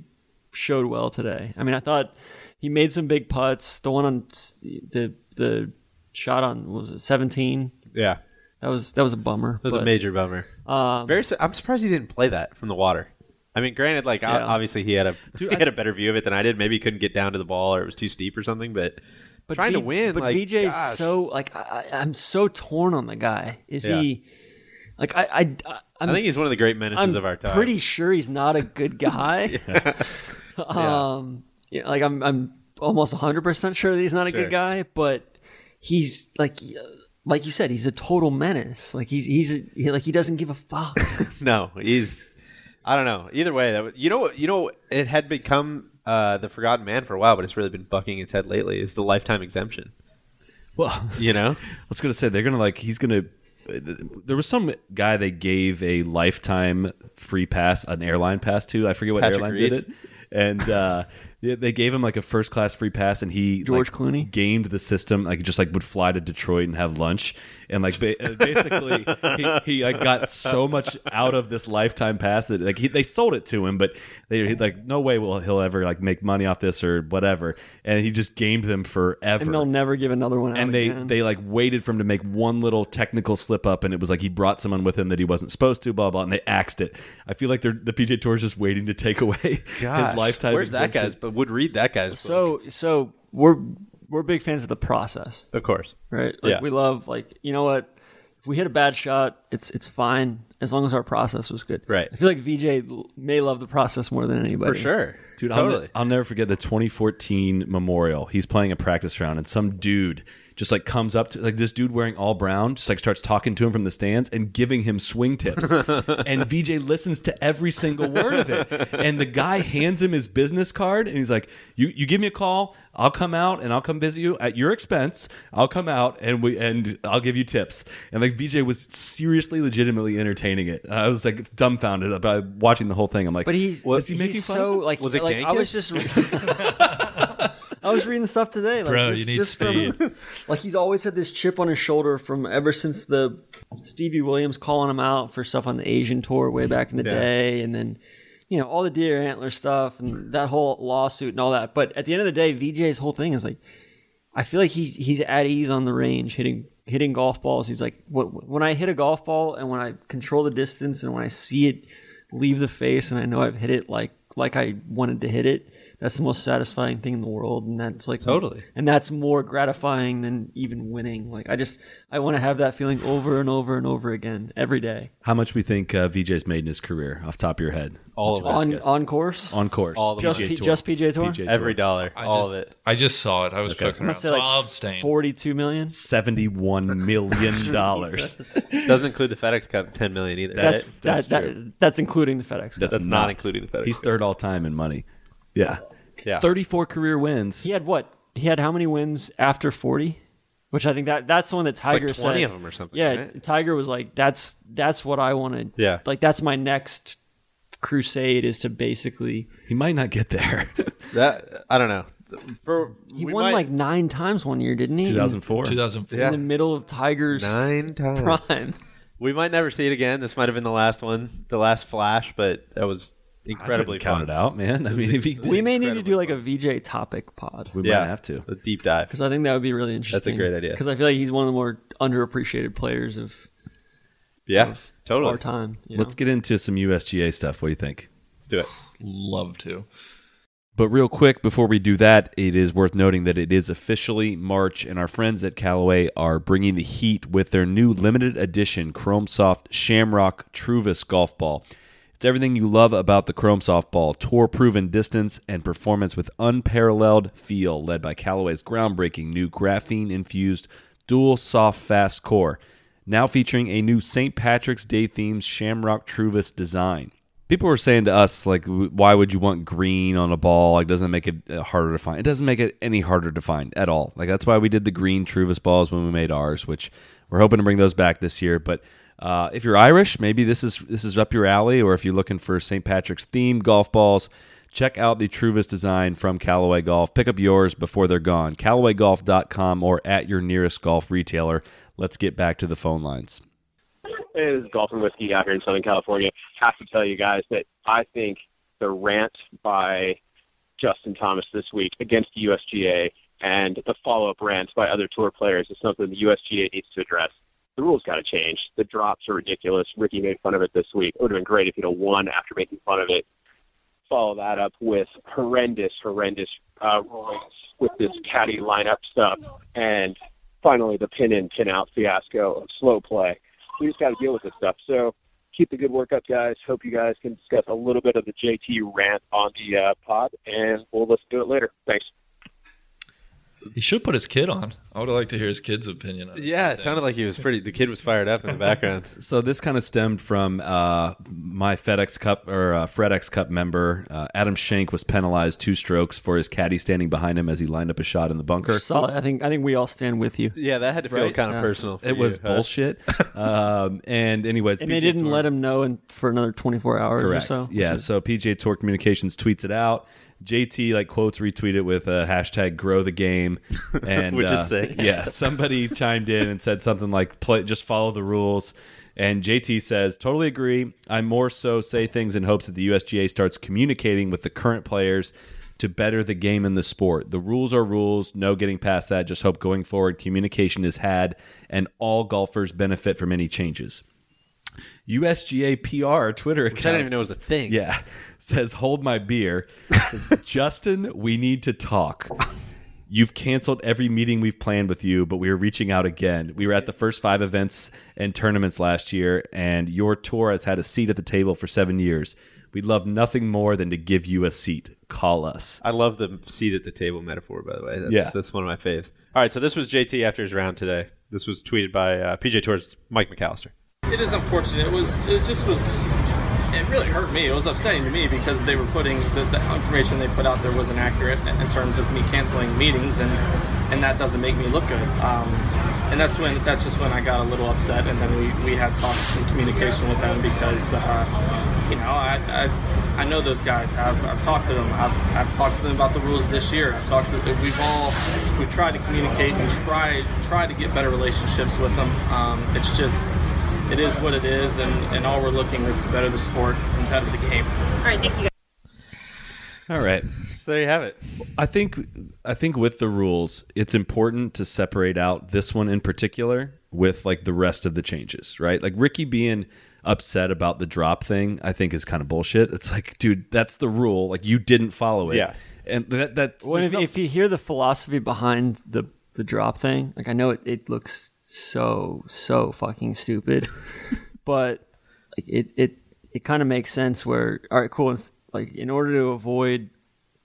Speaker 4: showed well today. I mean, I thought he made some big putts. The one on s- the the shot on what was it seventeen?
Speaker 3: yeah, that
Speaker 4: That was that was a bummer.
Speaker 3: was a
Speaker 4: but,
Speaker 3: major bummer.
Speaker 4: um,
Speaker 3: Very. su- I'm surprised he didn't play that from the water. I mean, granted, like o-
Speaker 4: Yeah.
Speaker 3: obviously he had a
Speaker 2: Dude,
Speaker 3: he
Speaker 2: I-
Speaker 3: had a better view of it than I did. Maybe he couldn't get down to the ball, or it was too steep, or something. But,
Speaker 4: but
Speaker 3: trying to win,
Speaker 4: But
Speaker 3: like,
Speaker 4: VJ's
Speaker 3: gosh.
Speaker 4: so like I, I- I'm so torn on the guy. Is
Speaker 3: Yeah.
Speaker 4: he like I I I,
Speaker 3: i
Speaker 4: I'm,
Speaker 3: think he's one of the great menaces
Speaker 4: I'm
Speaker 3: of our time.
Speaker 4: pretty sure he's not a good guy. Um, yeah. like I'm I'm almost 100 percent sure that he's not a
Speaker 3: Sure.
Speaker 4: good guy, but he's like uh, like you said, he's a total menace. Like he's he's a, he, like he doesn't give a fuck.
Speaker 3: No, he's. I don't know. Either way, that was, you know, you know, it had become uh, the forgotten man for a while, but it's really been bucking its head lately. Is the lifetime exemption?
Speaker 2: Well,
Speaker 3: You know,
Speaker 2: I was gonna say they're gonna like he's gonna. There was some guy they gave a lifetime free pass, an airline pass to. I forget what
Speaker 3: Patrick
Speaker 2: airline
Speaker 3: Reed?
Speaker 2: did it, and uh, they- they gave him like a first class free pass, and he
Speaker 4: George
Speaker 2: like,
Speaker 4: Clooney?
Speaker 2: gamed the system. Like just like would fly to Detroit and have lunch, and like ba- basically he, he like got so much out of this lifetime pass that like he, they sold it to him, but they he, like no way will he'll ever like make money off this or whatever, and he just gamed them forever
Speaker 4: and they'll never give another one out.
Speaker 2: and they
Speaker 4: again.
Speaker 2: they like waited for him to make one little technical slip up and it was like he brought someone with him that he wasn't supposed to blah blah and they axed it i feel like they're the pj tour is just waiting to take away
Speaker 3: Gosh,
Speaker 2: his lifetime
Speaker 3: Where's that
Speaker 2: exemption.
Speaker 3: guy's? But would read that guy's. book,
Speaker 4: so so we're we're big fans of the process.
Speaker 3: of course.
Speaker 4: right? Like
Speaker 3: Yeah.
Speaker 4: we love like you know what? If we hit a bad shot, it's it's fine as long as our process was good.
Speaker 3: Right.
Speaker 4: I feel like VJ l- may love the process more than anybody.
Speaker 3: For sure,
Speaker 2: Dude, I'll ne-
Speaker 3: totally.
Speaker 2: I'll, never forget the 2014 Memorial. He's playing a practice round, and some dude just like comes up to like this dude wearing all brown, just like starts talking to him from the stands and giving him swing tips. and VJ listens to every single word of it. And the guy hands him his business card, and he's like, "You you give me a call, I'll come out and I'll come visit you at your expense. I'll come out and we and I'll give you tips." And like VJ was seriously, legitimately entertaining it. I was like dumbfounded about watching the whole thing. I'm like,
Speaker 4: But he's
Speaker 2: what is he making
Speaker 4: he's
Speaker 2: fun of
Speaker 4: so
Speaker 2: him?
Speaker 4: like
Speaker 3: Was it
Speaker 4: like I
Speaker 3: Gankus?
Speaker 4: was just I was reading stuff today. Like,
Speaker 6: Bro,
Speaker 4: just,
Speaker 6: you need
Speaker 4: just From, like he's always had this chip on his shoulder from ever since the Stevie Williams calling him out for stuff on the Asian tour way back in the day, and then you know all the deer antler stuff and that whole lawsuit and all that. But at the end of the day, VJ's whole thing is like, I feel like he's he's at ease on the range hitting hitting golf balls. He's like, "Wh- when I hit a golf ball and when I control the distance and when I see it leave the face and I know I've hit it like like I wanted to hit it. That's the most satisfying thing in the world, and that's like
Speaker 3: Totally.
Speaker 4: and that's more gratifying than even winning. Like I just I want to have that feeling over and over and over again every day
Speaker 2: How much we think uh, VJ's made in his career, off top of your head?
Speaker 3: All of it.
Speaker 4: on
Speaker 2: guess.
Speaker 4: on course.
Speaker 2: On course,
Speaker 3: All the
Speaker 4: Just
Speaker 2: PGA
Speaker 4: P-
Speaker 2: Tour.
Speaker 4: just PGA Tour?
Speaker 2: PGA
Speaker 3: Every dollar,
Speaker 6: I
Speaker 3: all
Speaker 6: just,
Speaker 3: of it.
Speaker 6: I just saw it. I was poking
Speaker 4: I'm
Speaker 6: around.
Speaker 4: gonna say
Speaker 6: So I'll abstain.
Speaker 4: like forty-two million.
Speaker 2: seventy-one million dollars.
Speaker 3: Doesn't include the FedEx Cup, ten million either.
Speaker 4: That's
Speaker 3: right?
Speaker 2: that's
Speaker 4: that's that,
Speaker 2: true.
Speaker 4: that, that's including the FedEx. Cup.
Speaker 3: That's not including the FedEx
Speaker 2: He's
Speaker 3: Cup.
Speaker 2: third all time in money. Yeah,
Speaker 3: Yeah.
Speaker 2: thirty-four career wins.
Speaker 4: He had what? He had how many wins after 40? Which I think that that's the one that
Speaker 3: like
Speaker 4: Tiger
Speaker 3: 20
Speaker 4: said.
Speaker 3: of 'em or something,
Speaker 4: Yeah,
Speaker 3: right?
Speaker 4: Tiger was like, "That's that's what I wanted.
Speaker 3: Yeah.
Speaker 4: like that's my next crusade is to basically.
Speaker 2: He might not get there.
Speaker 3: that. I don't know. For
Speaker 4: He
Speaker 3: we
Speaker 4: won
Speaker 3: might-
Speaker 4: like nine times one year, didn't he?
Speaker 2: Two thousand four.
Speaker 6: 2004.
Speaker 4: in, in the middle of Tiger's
Speaker 3: nine times.
Speaker 4: prime.
Speaker 3: We might never see it again. This might have been the last one, the last flash, but that was incredibly fun.
Speaker 2: count it out, man. I mean, if he did,
Speaker 4: We may need to do like a VJ topic pod
Speaker 2: we
Speaker 3: Yeah,
Speaker 2: might have to.
Speaker 3: a deep dive.
Speaker 4: because I think that would be really interesting.
Speaker 3: great idea.
Speaker 4: because I feel like he's one of the more underappreciated players of
Speaker 3: Yeah, totally.
Speaker 4: our time. you
Speaker 2: Let's
Speaker 4: know?
Speaker 2: get into some USGA stuff. What do you think?
Speaker 3: Let's do it.
Speaker 6: Love to.
Speaker 2: But real quick, before we do that, it is worth noting that it is officially March, and our friends at Callaway are bringing the heat with their new limited edition Chrome Soft Shamrock Truvis golf ball. It's everything you love about the Chrome Soft ball tour proven distance and performance with unparalleled feel, led by Callaway's groundbreaking new graphene infused dual soft fast core, now featuring a new St. Patrick's Day themed Shamrock Truvis design people were saying to us like w- why would you want green on a ball like doesn't it make it uh, harder to find it doesn't make it any harder to find at all like that's why we did the green truvis balls when we made ours which we're hoping to bring those back this year but uh, if you're irish maybe this is this is up your alley or if you're looking for st patrick's themed golf balls check out the truvis design from callaway golf pick up yours before they're gone callawaygolf.com or at your nearest golf retailer let's get back to the phone lines
Speaker 9: Hey, this is Golf and Whiskey out here in Southern California. Have to tell you guys that I think the rant by Justin Thomas this week against the USGA and the follow-up rants by other tour players is something the USGA needs to address. The rules got to change. The drops are ridiculous. Ricky made fun of it this week. It would have been great if he'd have won after making fun of it. follow that up with horrendous, horrendous uh, rulings with this caddy lineup stuff, and finally the pin in, pin out fiasco of slow play. We just got to deal with this stuff. So keep the good work up, guys. Hope you guys can discuss a little bit of the JT rant on the uh, pod, and we'll let's do it later. Thanks.
Speaker 6: He should put his kid on. I would like to hear his kid's opinion. On it.
Speaker 3: Yeah, it sounded like he was pretty. The kid was fired up in the background.
Speaker 2: So this kind of stemmed from uh, my FedEx Cup or uh, FredEx Cup member uh, Adam Shank was penalized two strokes for his caddy standing behind him as he lined up a shot in the bunker.
Speaker 4: Solid. I think I think we all stand with you.
Speaker 3: Yeah, that had to feel
Speaker 4: Right,
Speaker 3: kind of
Speaker 4: yeah.
Speaker 3: personal. for
Speaker 2: It was
Speaker 3: you, huh?
Speaker 2: bullshit. um, and anyways,
Speaker 4: And they
Speaker 2: PGA
Speaker 4: didn't
Speaker 2: Tour-
Speaker 4: let him know in, for another 24 hours
Speaker 2: Correct.
Speaker 4: or so.
Speaker 2: yeah.
Speaker 4: which is-
Speaker 2: So PGA Tour Communications tweets it out. JT like quotes retweet it with a hashtag grow the game, and
Speaker 3: Which is
Speaker 2: uh,
Speaker 3: sick.
Speaker 2: yeah, somebody chimed in and said something like play just follow the rules. And JT says, totally agree. I more so say things in hopes that the USGA starts communicating with the current players to better the game and the sport. The rules are rules, no getting past that. Just hope going forward communication is had and all golfers benefit from any changes. USGA PR Twitter account.
Speaker 3: I didn't even know was a thing.
Speaker 2: Yeah. Says, hold my beer. Says, Justin, we need to talk. You've canceled every meeting we've planned with you, but we are reaching out again. We were at the first five events and tournaments last year, and your tour has had a seat at the table for seven years. We'd love nothing more than to give you a seat. Call us.
Speaker 3: I love the seat at the table metaphor, by the way. That's,
Speaker 2: Yeah.
Speaker 3: that's one of my faves. All right, so this was JT after his round today. This was tweeted by uh, PJ Tours Mike McAllister.
Speaker 10: It is unfortunate. It was. It just was. It really hurt me. It was upsetting to me because they were putting the, the information they put out there wasn't accurate in terms of me canceling meetings, and and that doesn't make me look good. Um, and that's when that's just when I got a little upset, and then we, we had talks and communication with them because uh, you know I, I I know those guys. I've, I've talked to them. I've, I've talked to them about the rules this year. I've talked to them. We've all we've tried to communicate and try try to get better relationships with them. Um, it's just it is what it is, and, and all we're looking is to better the sport and better the game.
Speaker 11: All right, thank you. guys.
Speaker 2: All right.
Speaker 3: So there you have it.
Speaker 2: I think I think with the rules, it's important to separate out this one in particular with like the rest of the changes, right? Like Ricky being upset about the drop thing, I think is kind of bullshit. It's like, dude, that's the rule. Like you didn't follow it.
Speaker 4: Yeah.
Speaker 2: And that that's
Speaker 4: Well,
Speaker 2: there's
Speaker 4: if,
Speaker 2: no-
Speaker 4: if you hear the philosophy behind the the drop thing, like I know it, it looks so so fucking stupid, but like it it it kind of makes sense. Where all right, cool. It's like in order to avoid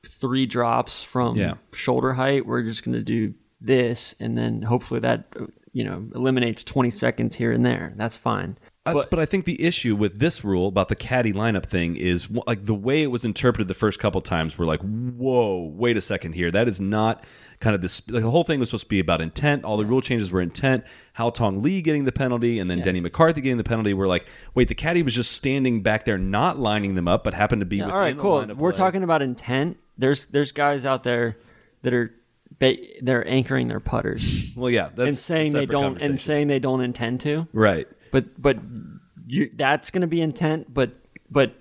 Speaker 4: three drops from
Speaker 2: Yeah.
Speaker 4: shoulder height, we're just going to do this, and then hopefully that you know eliminates twenty seconds here and there. That's fine.
Speaker 2: Uh, but, I think the issue with this rule about the caddy lineup thing is wh- like the way it was interpreted the first couple times. We're like, whoa, wait a second here. That is not kind of this. Like, the whole thing was supposed to be about intent. All the rule changes were intent. How Tong Lee getting the penalty and then Denny McCarthy getting the penalty. We're like, wait, the caddy was just standing back there, not lining them up, but happened to be.
Speaker 4: Yeah,
Speaker 2: within
Speaker 4: all right,
Speaker 2: the
Speaker 4: cool.
Speaker 2: lineup
Speaker 4: We're
Speaker 2: play.
Speaker 4: talking about intent. There's there's guys out there that are ba- they're anchoring their putters.
Speaker 2: Well, yeah, that's
Speaker 4: and saying
Speaker 2: a
Speaker 4: they
Speaker 2: separate
Speaker 4: don't and saying they don't intend to.
Speaker 2: Right.
Speaker 4: But but you that's going to be intent. But but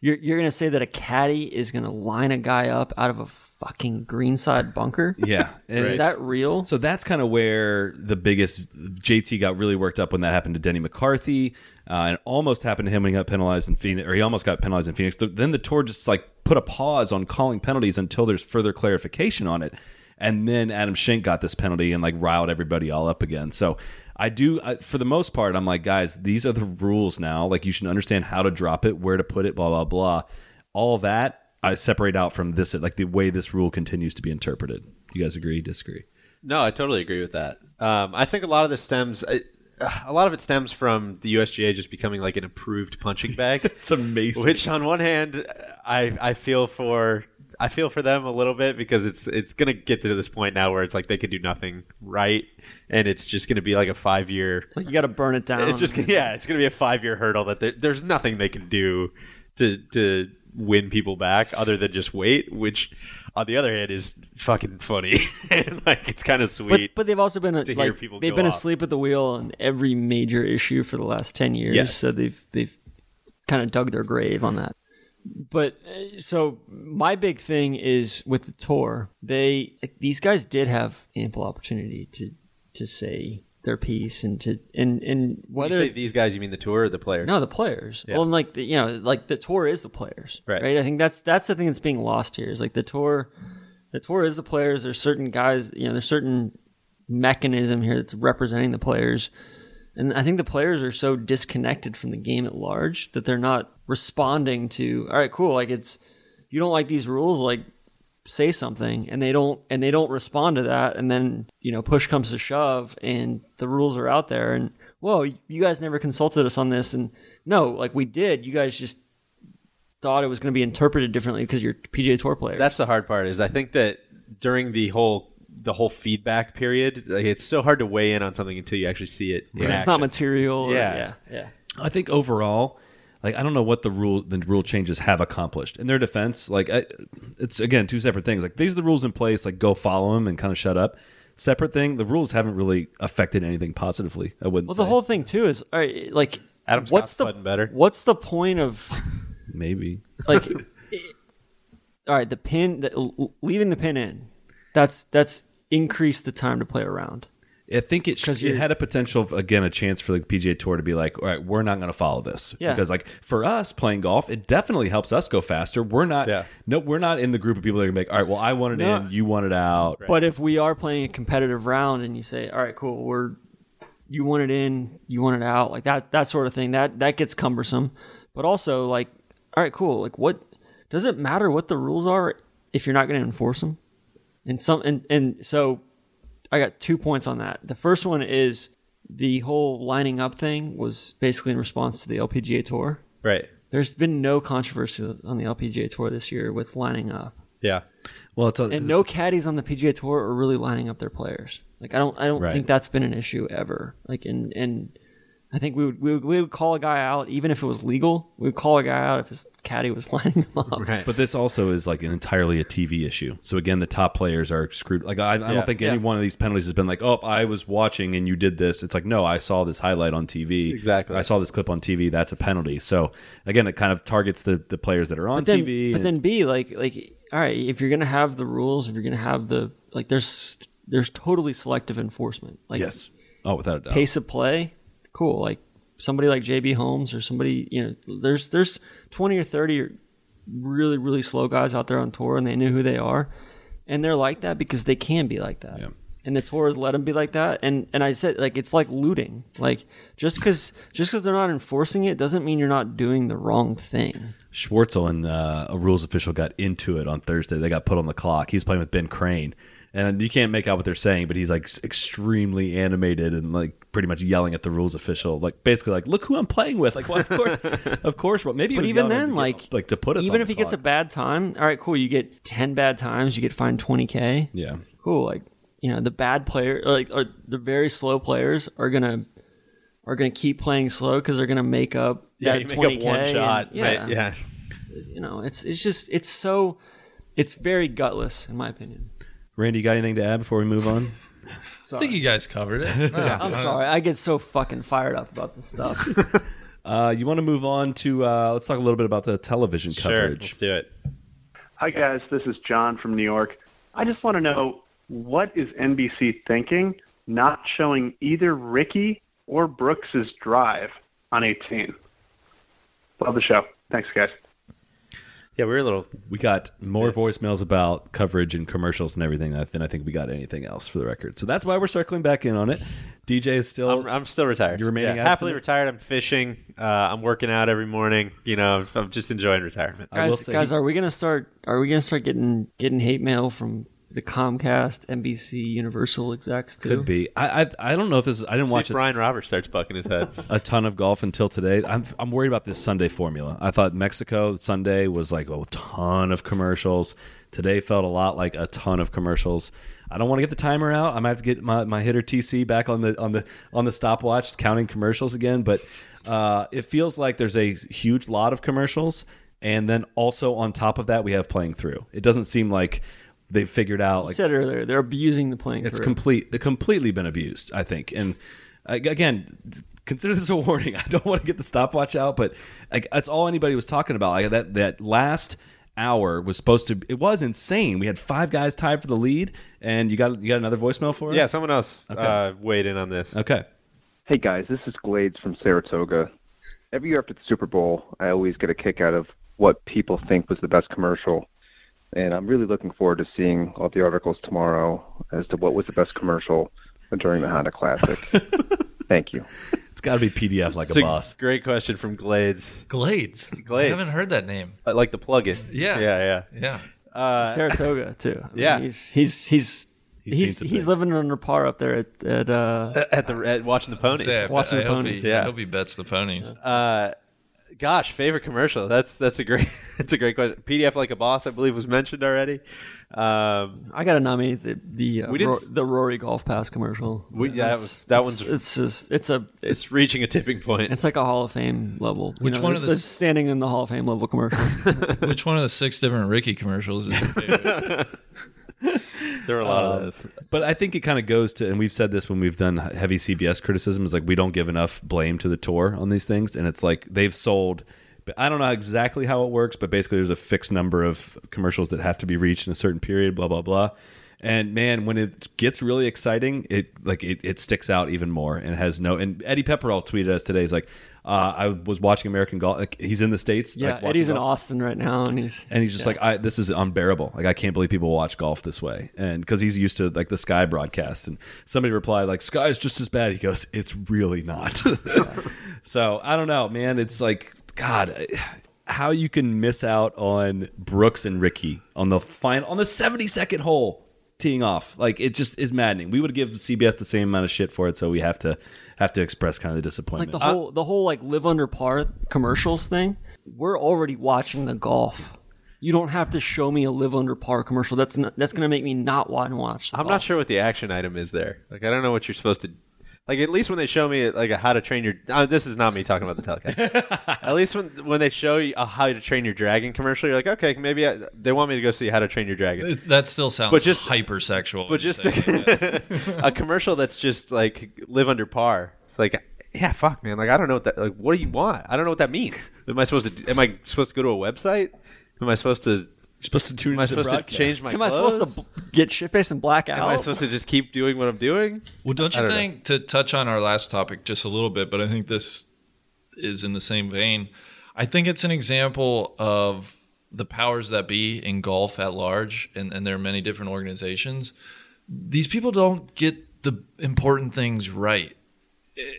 Speaker 4: you're you're going to say that a caddy is going to line a guy up out of a fucking greenside bunker.
Speaker 2: Yeah. And
Speaker 4: is
Speaker 2: it's-
Speaker 4: that real?
Speaker 2: So that's kind of where the biggest JT got really worked up when that happened to Denny McCarthy, uh, and it almost happened to him when he got penalized in Phoenix, or he almost got penalized in Phoenix. The, then the tour just like put a pause on calling penalties until there's further clarification on it, and then Adam Schenk got this penalty and like riled everybody all up again. So. I do, I, for the most part, I'm like, guys, these are the rules now. Like, you should understand how to drop it, where to put it, blah, blah, blah. All that I separate out from this, like the way this rule continues to be interpreted. You guys agree, disagree?
Speaker 3: No, I totally agree with that. Um, I think a lot of this stems. I, a lot of it stems from the USGA just becoming like an approved punching bag.
Speaker 2: it's amazing.
Speaker 3: Which, on one hand, I I feel for I feel for them a little bit because it's it's gonna get to this point now where it's like they could do nothing right, and it's just gonna be like a five year. It's
Speaker 4: like you got to burn it down.
Speaker 3: It's just yeah, it's gonna be a five year hurdle that there, there's nothing they can do to to win people back other than just wait, which on the other hand is fucking funny and like it's kind of sweet.
Speaker 4: But they've also been uh,
Speaker 3: to
Speaker 4: like,
Speaker 3: hear people
Speaker 4: they've
Speaker 3: go
Speaker 4: been
Speaker 3: off.
Speaker 4: asleep at the wheel on every major issue for the last 10 years
Speaker 3: Yes.
Speaker 4: so they've they've kind of dug their grave on that but uh, so my big thing is with the tour they like, these guys did have ample opportunity to to say their piece and to and and
Speaker 3: Whether
Speaker 4: whether
Speaker 3: these guys, you mean the tour or the players?
Speaker 4: no the players.
Speaker 3: Yeah.
Speaker 4: Well, and like the, you know, like the tour is the players,
Speaker 3: Right.
Speaker 4: I think that's that's the thing that's being lost here is like the tour, the tour is the players. There's certain guys, you know, there's certain mechanism here that's representing the players, and I think the players are so disconnected from the game at large that they're not responding to. All right, cool. Like it's you don't like these rules, like say something and they don't and they don't respond to that and then you know push comes to shove and the rules are out there and whoa you guys never consulted us on this and no like we did you guys just thought it was going to be interpreted differently because you're PGA Tour player
Speaker 3: That's the hard part. Is I think that during the whole the whole feedback period, like, it's so hard to weigh in on something until you actually see it. in
Speaker 4: it's
Speaker 3: action.
Speaker 4: not material or-
Speaker 3: Yeah.
Speaker 4: yeah yeah
Speaker 2: I think overall, like I don't know what the rule the rule changes have accomplished in their defense. Like I, it's again two separate things. Like these are the rules in place. Like go follow them and kind of shut up. Separate thing. The rules haven't really affected anything positively. I wouldn't.
Speaker 4: well
Speaker 2: say.
Speaker 4: the whole thing too is all right like
Speaker 3: Adam
Speaker 4: what's
Speaker 3: Scott's
Speaker 4: the
Speaker 3: putting better.
Speaker 4: what's the point of
Speaker 2: maybe
Speaker 4: like it- all right the pin the, l- leaving the pin in that's that's increased the time to play around
Speaker 2: I think it because it
Speaker 4: you're-
Speaker 2: had a potential of, again a chance for the PGA Tour to be like, all right, we're not going to follow this
Speaker 4: Yeah.
Speaker 2: because like for us playing golf, it definitely helps us go faster. We're not no, we're not in the group of people that are gonna be like, all right, well, I want it
Speaker 4: No.
Speaker 2: in, you want it out.
Speaker 4: But if we are playing a competitive round and you say, "All right, cool, we're you want it in, you want it out," like that that sort of thing, that that gets cumbersome. But also like, "All right, cool, like what does it matter what the rules are if you're not going to enforce them?" And some and and so I got two points on that. The first one is the whole lining up thing was basically in response to the LPGA tour.
Speaker 3: Right.
Speaker 4: There's been no controversy on the LPGA tour this year with lining up
Speaker 3: Yeah.
Speaker 2: Well, it's a,
Speaker 4: and no caddies on the PGA Tour are really lining up their players. Like I don't, I don't
Speaker 2: Right.
Speaker 4: think that's been an issue ever. Like and and I think we would, we would we would call a guy out even if it was legal. We would call a guy out if his caddy was lining him up.
Speaker 2: But this also is like an entirely a TV issue. So again, the top players are screwed. Like I, I
Speaker 4: Yeah.
Speaker 2: don't think any
Speaker 4: Yeah.
Speaker 2: one of these penalties has been like, oh, I was watching and you did this. It's like, no, I saw this highlight on TV.
Speaker 3: Exactly.
Speaker 2: I saw this clip on TV. That's a penalty. So again, it kind of targets the the players that are on
Speaker 4: but then,
Speaker 2: TV.
Speaker 4: But
Speaker 2: and
Speaker 4: then B like like all right, if you're gonna have the rules, if you're gonna have the like, there's there's totally selective enforcement. Like
Speaker 2: yes. Oh, without a doubt.
Speaker 4: pace of play, cool. Like somebody like JB Holmes or somebody, you know, there's there's twenty or thirty really really slow guys out there on tour, and they knew who they are, and they're like that because they can be like that. And the tour has let them be like that, and and I said like it's like looting. Like just because just because they're not enforcing it doesn't mean you're not doing the wrong thing.
Speaker 2: Schwartzel and uh, a rules official got into it on Thursday. They got put on the clock. He's playing with Ben Crane, and you can't make out what they're saying, but he's like s- extremely animated and like pretty much yelling at the rules official, like basically like, "Look who I'm playing with!" Like, well, of course, of course, but maybe. he
Speaker 4: But
Speaker 2: was
Speaker 4: even
Speaker 2: yelling at
Speaker 4: then,
Speaker 2: the-
Speaker 4: like-
Speaker 2: like to put us
Speaker 4: Even
Speaker 2: on
Speaker 4: if
Speaker 2: the
Speaker 4: he gets a
Speaker 2: clock.
Speaker 4: bad time, all right, cool. You get ten bad times, you get fined twenty k.
Speaker 2: Yeah.
Speaker 4: cool. Like you know, the bad player, or like or the very slow players, are gonna are gonna keep playing slow because they're gonna make up
Speaker 3: Yeah,
Speaker 4: that
Speaker 3: you make
Speaker 4: twenty
Speaker 3: up
Speaker 4: k.
Speaker 3: one shot,
Speaker 4: yeah,
Speaker 3: right, yeah.
Speaker 4: It's, you know, it's it's just it's so it's very gutless in my opinion.
Speaker 2: Randy, you got anything to add before we move on?
Speaker 6: I think you guys
Speaker 3: Oh,
Speaker 6: covered it. No,
Speaker 4: I'm sorry, I get so fucking fired up about this stuff.
Speaker 2: Uh, you want to move on to uh, let's talk a little bit about the television coverage.
Speaker 3: Let's do it.
Speaker 11: Hi, guys. This is John from New York. I just want to know what is NBC thinking not showing either Ricky or Brooks's drive on 18? Love the show. Thanks, guys.
Speaker 3: Yeah, we were a little.
Speaker 2: We got more voicemails about coverage and commercials and everything than I think we got anything else for the record. So that's why we're circling back in on it. DJ is still. I'm,
Speaker 3: still retired.
Speaker 2: You're remaining
Speaker 3: Yeah, happily
Speaker 2: abstinent?
Speaker 3: retired. I'm fishing. Uh, I'm working out every morning. You know, I'm- I'm just enjoying retirement.
Speaker 4: guys, guys, are we gonna start? Are we gonna start getting getting hate mail from the Comcast, NBC, Universal execs too?
Speaker 2: Could be. I, I I don't know if this. Is, I didn't
Speaker 3: See
Speaker 2: watch
Speaker 3: if Brian Roberts starts bucking his head.
Speaker 2: a, a ton of golf until today. I'm I'm worried about this Sunday formula. I thought Mexico Sunday was like a ton of commercials. Today felt a lot like a ton of commercials. I don't want to get the timer out. I might have to get my, my hitter TC back on the on the on the stopwatch counting commercials again. But uh, it feels like there's a huge lot of commercials, and then also on top of that, we have playing through. It doesn't seem like they've figured out
Speaker 4: I
Speaker 2: like
Speaker 4: said earlier, they're abusing the playing.
Speaker 2: it's
Speaker 4: through.
Speaker 2: complete they completely been abused i think and uh, again consider this a warning i don't want to get the stopwatch out but like that's all anybody was talking about like that that last hour was supposed to. It was insane. We had five guys tied for the lead, and you got you got another voicemail for us.
Speaker 3: Yeah, someone else uh, weighed in on this.
Speaker 2: Okay.
Speaker 12: Hey guys, this is Glades from Saratoga. Every year after the Super Bowl, I always get a kick out of what people think was the best commercial. And I'm really looking forward to seeing all the articles tomorrow as to what was the best commercial during the Honda Classic. Thank you.
Speaker 2: It's got to be PDF like
Speaker 3: It's
Speaker 2: a boss.
Speaker 3: Great question from Glades.
Speaker 6: Glades.
Speaker 3: Glades.
Speaker 6: I haven't heard that name.
Speaker 3: I like the plug-in.
Speaker 6: Yeah.
Speaker 3: Yeah.
Speaker 6: Yeah.
Speaker 3: Yeah. Uh,
Speaker 4: Saratoga too. I mean,
Speaker 3: yeah.
Speaker 4: he's he's he's
Speaker 3: He's seen
Speaker 4: he's he's,
Speaker 3: some things.
Speaker 4: living under par up there at at uh,
Speaker 3: at the at watching the ponies.
Speaker 6: Say, I bet-
Speaker 4: Watching the
Speaker 6: I hope
Speaker 4: ponies.
Speaker 6: He,
Speaker 3: Yeah.
Speaker 6: I hope he bets the ponies.
Speaker 3: Uh, gosh, favorite commercial. That's that's a great that's a great question. PDF like a boss, I believe, was mentioned already. Um,
Speaker 4: I got to nominate the the, uh,
Speaker 3: We didn't
Speaker 4: Ro-
Speaker 3: s-
Speaker 4: the Rory golf pass commercial.
Speaker 3: We- yeah, that
Speaker 4: That's-
Speaker 3: was- that
Speaker 4: it's-
Speaker 3: one's-
Speaker 4: it's just it's a
Speaker 3: it's reaching a tipping point.
Speaker 4: it's like a Hall of Fame level. you
Speaker 6: Which
Speaker 4: know,
Speaker 6: one of
Speaker 4: it's
Speaker 6: the
Speaker 4: a
Speaker 6: s-
Speaker 4: standing in the Hall of Fame level commercial?
Speaker 6: Which one of the six different Ricky commercials is your favorite?
Speaker 3: there were a lot of
Speaker 2: Um,
Speaker 3: those.
Speaker 2: But I think it kind of goes to, and we've said this when we've done heavy CBS criticism, is like we don't give enough blame to the tour on these things, and it's like they've sold. But I don't know exactly how it works, but basically there's a fixed number of commercials that have to be reached in a certain period. Blah blah blah. And man, when it gets really exciting, it like it, it sticks out even more and has no. And Eddie Pepperell tweeted us today. He's like, uh, I was watching American Golf. Like, he's in the states.
Speaker 4: yeah,
Speaker 2: like, watching
Speaker 4: Eddie's in
Speaker 2: golf
Speaker 4: Austin right now, and he's
Speaker 2: and he's just
Speaker 4: yeah.
Speaker 2: like I, this is unbearable like i can't believe people watch golf this way and because he's used to like the sky broadcast and somebody replied like sky is just as bad he goes it's really not so i don't know man it's like god I- how you can miss out on brooks and ricky on the final on the 72nd hole teeing off like it just is maddening we would give cbs the same amount of shit for it so we have to have to express kind of the
Speaker 4: It's
Speaker 2: disappointment
Speaker 4: like the whole the whole like live under par commercials thing. We're already watching the golf. You don't have to show me a live under par commercial. That's not, that's gonna make me not want to watch. The
Speaker 3: I'm
Speaker 4: golf.
Speaker 3: not sure what the action item is there. Like, I don't know what you're supposed to. Like, at least when they show me like a how to train your. Uh, this is not me talking about the telecast. at least when when they show you a how to train your dragon commercial, you're like, okay, maybe I, they want me to go see how to train your dragon.
Speaker 6: It- that still sounds
Speaker 3: But just-
Speaker 6: hypersexual.
Speaker 3: but just a, a commercial that's just like live under par. It's like, yeah, fuck, man. Like, I don't know what that. Like, what do you want? I don't know what that means. Am I supposed to? do- Am I supposed to go to a website? Am I supposed to?
Speaker 2: supposed to tune
Speaker 3: Am I supposed to change my?
Speaker 4: Am I supposed to
Speaker 3: clothes?
Speaker 4: b- get shit faced and black out?
Speaker 3: Am I supposed to just keep doing what I'm doing?
Speaker 6: Well, don't
Speaker 3: I
Speaker 6: you
Speaker 3: know.
Speaker 6: think to touch on our last topic just a little bit, but I think this is in the same vein. I think it's an example of the powers that be in golf at large, and, and there are many different organizations. These people don't get the important things right.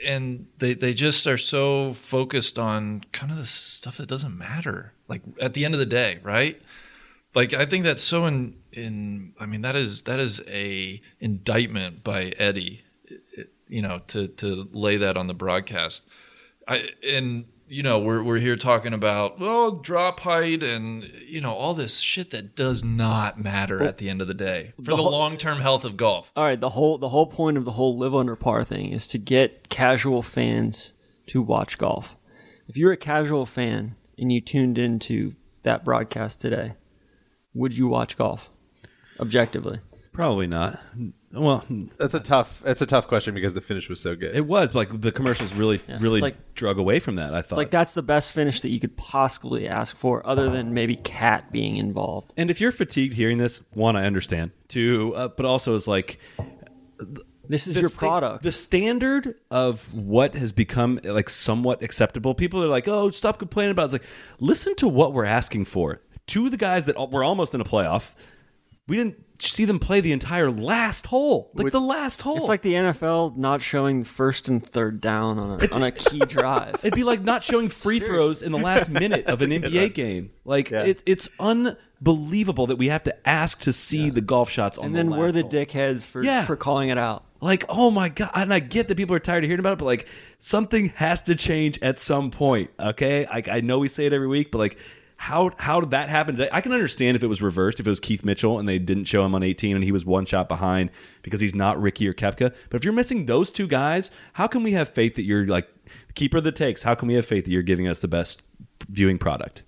Speaker 6: And they, they just are so focused on kind of the stuff that doesn't matter. Like at the end of the day, right? like I think that's so in in I mean that is that is a indictment by Eddie, it- it- you know, to to lay that on the broadcast. I and you know we're we're here talking about well drop height and you know all this shit that does not matter at the end of the day for
Speaker 4: The
Speaker 6: the
Speaker 4: whole-
Speaker 6: long term health of golf.
Speaker 4: All right, the whole the whole point of the whole live under par thing is to get casual fans to watch golf. If you're a casual fan and you tuned into that broadcast today, would you watch golf? Objectively.
Speaker 2: probably not well
Speaker 3: That's a tough. That's a tough question because the finish was so good.
Speaker 2: It was like the commercials really,
Speaker 4: Yeah.
Speaker 2: really
Speaker 4: It's like-
Speaker 2: drug away from that. I thought.
Speaker 4: It's like that's the best finish that you could possibly ask for, other than maybe Cat being involved.
Speaker 2: and if you're fatigued hearing this, one, I understand. Two, uh, but also it's like
Speaker 4: This is
Speaker 2: the
Speaker 4: your
Speaker 2: sta-
Speaker 4: product.
Speaker 2: the standard of what has become like somewhat acceptable. People are like, "Oh, stop complaining about." It. It's like, listen to what we're asking for. Two of the guys that al- were almost in a playoff, we didn't see them play the entire last hole, like the last hole.
Speaker 4: It's like the NFL not showing first and third down on a, on a key drive.
Speaker 2: It'd be like not showing free throws in the last minute of an NBA game. Like it, it's unbelievable that we have to ask to see the golf shots on.
Speaker 4: and then
Speaker 2: the
Speaker 4: we're
Speaker 2: last
Speaker 4: the
Speaker 2: hole.
Speaker 4: dickheads for
Speaker 2: Yeah.
Speaker 4: for calling it out.
Speaker 2: Like oh my god! And I get that people are tired of hearing about it, but like something has to change at some point. Okay, like I know we say it every week, but like. How, how did that happen today? I can understand if it was reversed, if it was Keith Mitchell and they didn't show him on 18 and he was one shot behind because he's not Ricky or Kepka. But if you're missing those two guys, how can we have faith that you're like keeper of the takes? How can we have faith that you're giving us the best viewing product?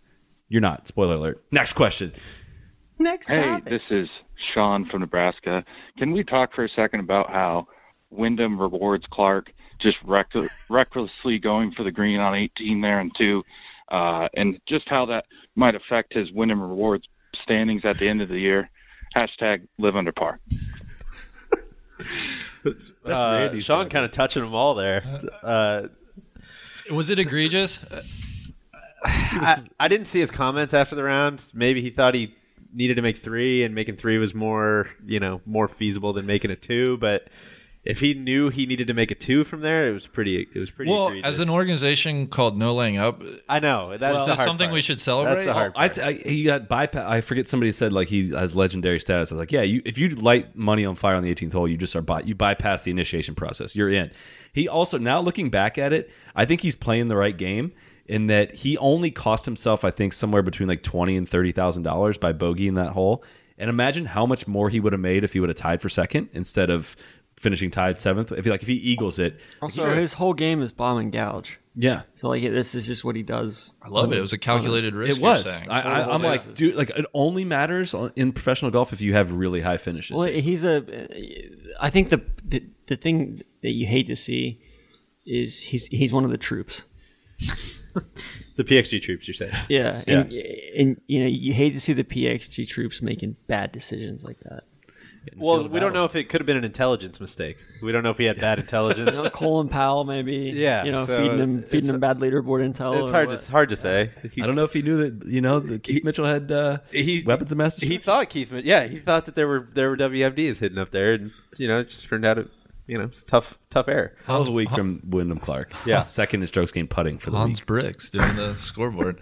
Speaker 2: You're not. Spoiler alert. Next question.
Speaker 4: Next
Speaker 13: hey, this is Sean from Nebraska. Can we talk for a second about how Wyndham rewards Clark just reck- recklessly going for the green on 18 there and two? uh, and just how that might affect his win and rewards standings at the end of the year. Hashtag live under par.
Speaker 2: That's
Speaker 3: uh,
Speaker 2: Randy's
Speaker 3: Sean kind of touching them all there. Uh,
Speaker 6: Was it egregious?
Speaker 3: I, I didn't see his comments after the round. Maybe he thought he needed to make three, and making three was more, you know, more feasible than making a two. But if he knew he needed to make a two from there, it was pretty. It was pretty.
Speaker 6: well,
Speaker 3: egregious.
Speaker 6: as an organization called No Laying Up,
Speaker 3: I know that's
Speaker 6: is
Speaker 3: the
Speaker 6: this
Speaker 3: hard
Speaker 6: something
Speaker 3: part.
Speaker 6: we should celebrate.
Speaker 2: Oh, I'd say- I, he got bypass. I forget somebody said like he has legendary status. I was like, yeah, you, if you light money on fire on the 18th hole, you just are by, you bypass the initiation process. You're in. He also now looking back at it, I think he's playing the right game in that he only cost himself, I think, somewhere between like twenty and thirty thousand dollars by bogeying that hole. And imagine how much more he would have made if he would have tied for second instead of finishing tied seventh. If he like if he eagles it,
Speaker 4: Also,
Speaker 2: he-
Speaker 4: his whole game is bomb and gouge.
Speaker 2: Yeah.
Speaker 4: So like this is just what he does.
Speaker 6: I love it. It was a calculated risk,
Speaker 2: It
Speaker 6: you're
Speaker 2: was.
Speaker 6: saying.
Speaker 2: I, I, I'm like, dude, like it only matters on- in professional golf if you have really high finishes.
Speaker 4: Well, he's a. I think the, the the thing that you hate to see is he's he's one of the troops.
Speaker 3: the PXG troops, you're saying?
Speaker 4: Yeah, and and you know you hate to see the PXG troops making bad decisions like that.
Speaker 3: Well, we don't know if it could have been an intelligence mistake. We don't know if he had bad intelligence.
Speaker 4: You know, Colin Powell maybe.
Speaker 3: Yeah,
Speaker 4: you know
Speaker 3: so
Speaker 4: feeding him
Speaker 3: it's-
Speaker 4: feeding him bad leaderboard intel.
Speaker 3: it's
Speaker 4: or
Speaker 3: hard
Speaker 4: what.
Speaker 3: to hard to say.
Speaker 2: I don't know if he knew that you know that Keith Mitchell had uh,
Speaker 3: he,
Speaker 2: weapons of mass
Speaker 3: He
Speaker 2: destruction.
Speaker 3: thought Keith, yeah, he thought that there were there were WMDs hidden up there, and you know, it just turned out, it, you know, it's tough tough air.
Speaker 2: That was a week from Wyndham Clark.
Speaker 3: Yeah.
Speaker 2: second in strokes game putting for the
Speaker 6: Hans
Speaker 2: week.
Speaker 6: Briggs doing the scoreboard.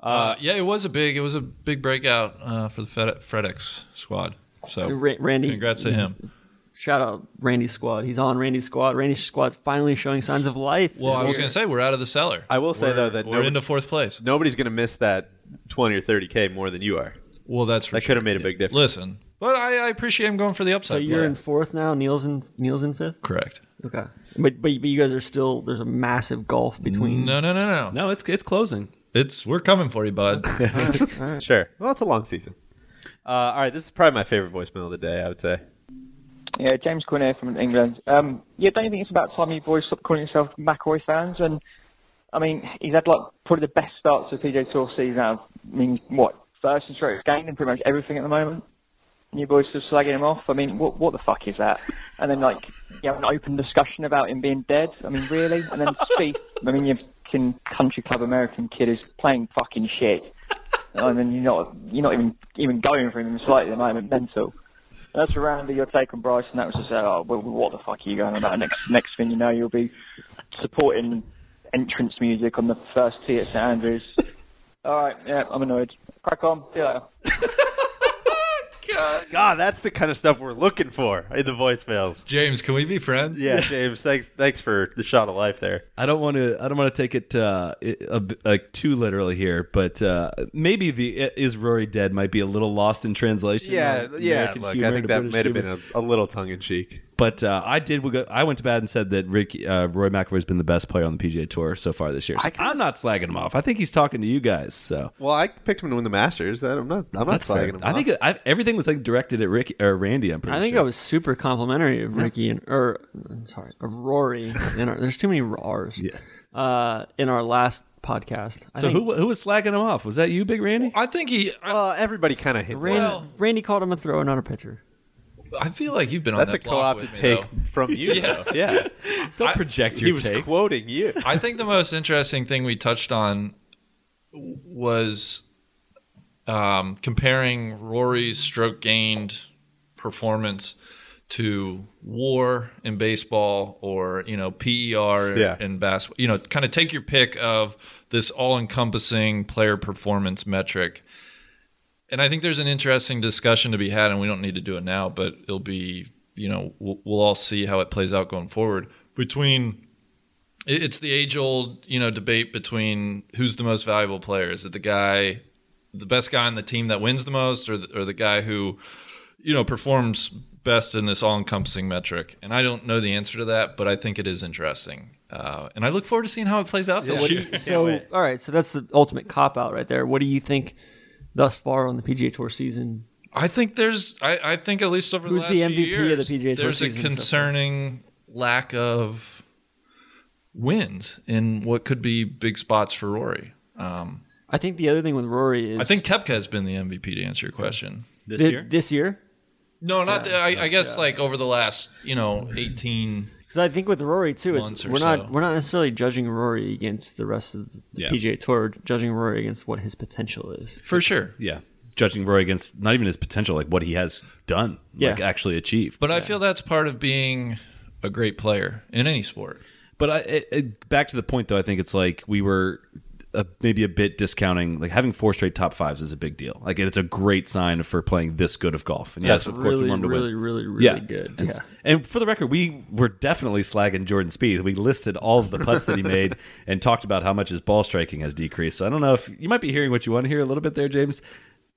Speaker 6: Uh, yeah, it was a big, it was a big breakout uh, for the Fed- FedEx squad. So
Speaker 4: Ra- Randy,
Speaker 6: congrats to
Speaker 4: you know,
Speaker 6: him.
Speaker 4: Shout out Randy's squad. He's on Randy's squad. Randy's squad's finally showing signs of life.
Speaker 6: Well,
Speaker 4: this
Speaker 6: I was
Speaker 4: year.
Speaker 6: going to say we're out of the cellar.
Speaker 3: I will say
Speaker 6: We're-
Speaker 3: though that
Speaker 6: we're into fourth place.
Speaker 3: Nobody's going to miss that twenty or thirty k more than you are.
Speaker 6: Well, that's
Speaker 3: that could have made a big difference.
Speaker 6: Listen, but I, I appreciate him going for the
Speaker 4: So
Speaker 6: upside.
Speaker 4: you're
Speaker 6: play.
Speaker 4: in fourth now. Neil's in Neil's in fifth.
Speaker 6: Correct.
Speaker 4: Okay, but, but but you guys are still there's a massive gulf between.
Speaker 6: No, no, no, no.
Speaker 2: No, it's it's closing.
Speaker 6: It's we're coming for you, bud.
Speaker 3: Sure. Well, it's a long season. Uh, all right, this is probably my favorite voicemail of the day. I would say.
Speaker 14: Yeah, James Quinn here from England. Um, yeah, don't you think it's about time you boys stop calling yourself McAvoy fans? And I mean, he's had like probably the best start to the PJ Tour season. Out of, I mean, what first and straight gained in pretty much everything at the moment. And you boys just slagging him off. I mean, what what the fuck is that? And then like you have an open discussion about him being dead. I mean, really? And then speak. I mean, you fucking country club American kid is playing fucking shit. I mean, you're not you're not even even going for him slightly at the moment. Mental. That's around your take on Bryson. That was just, oh, well, what the fuck are you going about? Next, next thing you know, you'll be supporting entrance music on the first tee at St Andrews. All right, yeah, I'm annoyed. Crack on. See you later.
Speaker 3: God, that's the kind of stuff we're looking for in the voicemails.
Speaker 6: James, can we be friends?
Speaker 3: Yeah, James. Thanks, thanks for the shot of life there.
Speaker 2: I don't want to. I don't want to take it uh, i- a b- like too literally here, but uh, maybe the i- "is Rory dead" might be a little lost in translation.
Speaker 3: Yeah,
Speaker 2: on
Speaker 3: yeah.
Speaker 2: American
Speaker 3: Look,
Speaker 2: humor
Speaker 3: I think
Speaker 2: to
Speaker 3: that
Speaker 2: British
Speaker 3: might have
Speaker 2: humor.
Speaker 3: been a, a little tongue in cheek.
Speaker 2: But uh, I did. we go- I went to bat and said that Ricky, uh, Roy McIlroy has been the best player on the PGA Tour so far this year. So I'm not slagging him off. I think he's talking to you guys. So
Speaker 3: Well, I picked him to win the Masters. I'm not. I'm
Speaker 2: That's
Speaker 3: not
Speaker 2: fair.
Speaker 3: slagging him.
Speaker 2: I think I, everything was like directed at Ricky or Randy. I'm pretty
Speaker 4: I think
Speaker 2: sure.
Speaker 4: I was super complimentary of Ricky and or I'm sorry of Rory. In our, there's too many R's. Yeah. Uh, in our last podcast, I
Speaker 2: so
Speaker 4: think
Speaker 2: who who was slagging him off? Was that you, Big Randy?
Speaker 6: I think he.
Speaker 3: Well, everybody kind of hit.
Speaker 4: Randy, Randy called him a throw, not a pitcher.
Speaker 6: I feel like you've been on
Speaker 3: That's
Speaker 6: that
Speaker 3: a co-opted
Speaker 6: co-opted
Speaker 3: take from you, though. Yeah.
Speaker 2: Don't project your
Speaker 3: he was
Speaker 2: takes.
Speaker 3: quoting you.
Speaker 6: I think the most interesting thing we touched on was um, comparing Rory's stroke gained performance to WAR in baseball or you know PER
Speaker 3: Yeah.
Speaker 6: in basketball. You know, kind of take your pick of this all-encompassing player performance metric. And I think there's an interesting discussion to be had, and we don't need to do it now, but it'll be you know we'll, we'll all see how it plays out going forward between it- It's the age old, you know, debate between who's the most valuable player. Is it the guy, the best guy on the team that wins the most, or the, or the guy who, you know, performs best in this all encompassing metric? And I don't know the answer to that, but I think it is interesting. Uh, and I look forward to seeing how it plays
Speaker 3: Oh,
Speaker 6: out.
Speaker 4: So,
Speaker 6: this
Speaker 4: what do
Speaker 6: year.
Speaker 4: you, so all right, so that's the ultimate cop out right there. What do you think thus far on the PGA Tour season?
Speaker 6: I think there's. I, I think at least over
Speaker 4: Who's
Speaker 6: the last
Speaker 4: the
Speaker 6: few
Speaker 4: MVP of the
Speaker 6: years,
Speaker 4: PGA Tour
Speaker 6: There's a
Speaker 4: season so far?
Speaker 6: concerning lack of wins in what could be big spots for Rory. Um,
Speaker 4: I think the other thing with Rory is
Speaker 6: I think Kepka has been the MVP to answer your question.
Speaker 4: This year? This year?
Speaker 6: No, not. the- I, I guess like over the last you know eighteen.
Speaker 4: Because I think with Rory too, it's,
Speaker 6: Months or
Speaker 4: we're not
Speaker 6: so.
Speaker 4: we're not necessarily judging Rory against the rest of the
Speaker 6: Yeah.
Speaker 4: PGA Tour. we're Judging Rory against what his potential is.
Speaker 6: For sure.
Speaker 2: Yeah. Judging Rory against not even his potential, like what he has done, like
Speaker 6: Yeah.
Speaker 2: actually achieved.
Speaker 6: But I feel that's part of being a great player in any sport.
Speaker 2: But I, it, it- back to the point, though, I think it's like we were uh maybe a bit discounting. Like having four straight top fives is a big deal. Like it's a great sign for playing this good of golf. And yes,
Speaker 4: That's
Speaker 2: of course, we
Speaker 4: really,
Speaker 2: wanted to
Speaker 4: really,
Speaker 2: win.
Speaker 4: really, really
Speaker 2: yeah.
Speaker 4: good.
Speaker 2: And,
Speaker 4: Yeah.
Speaker 2: and for the record, we were definitely slagging Jordan Spieth. We listed all of the putts that he made and talked about how much his ball striking has decreased. So I don't know if you might be hearing what you want to hear a little bit there, James.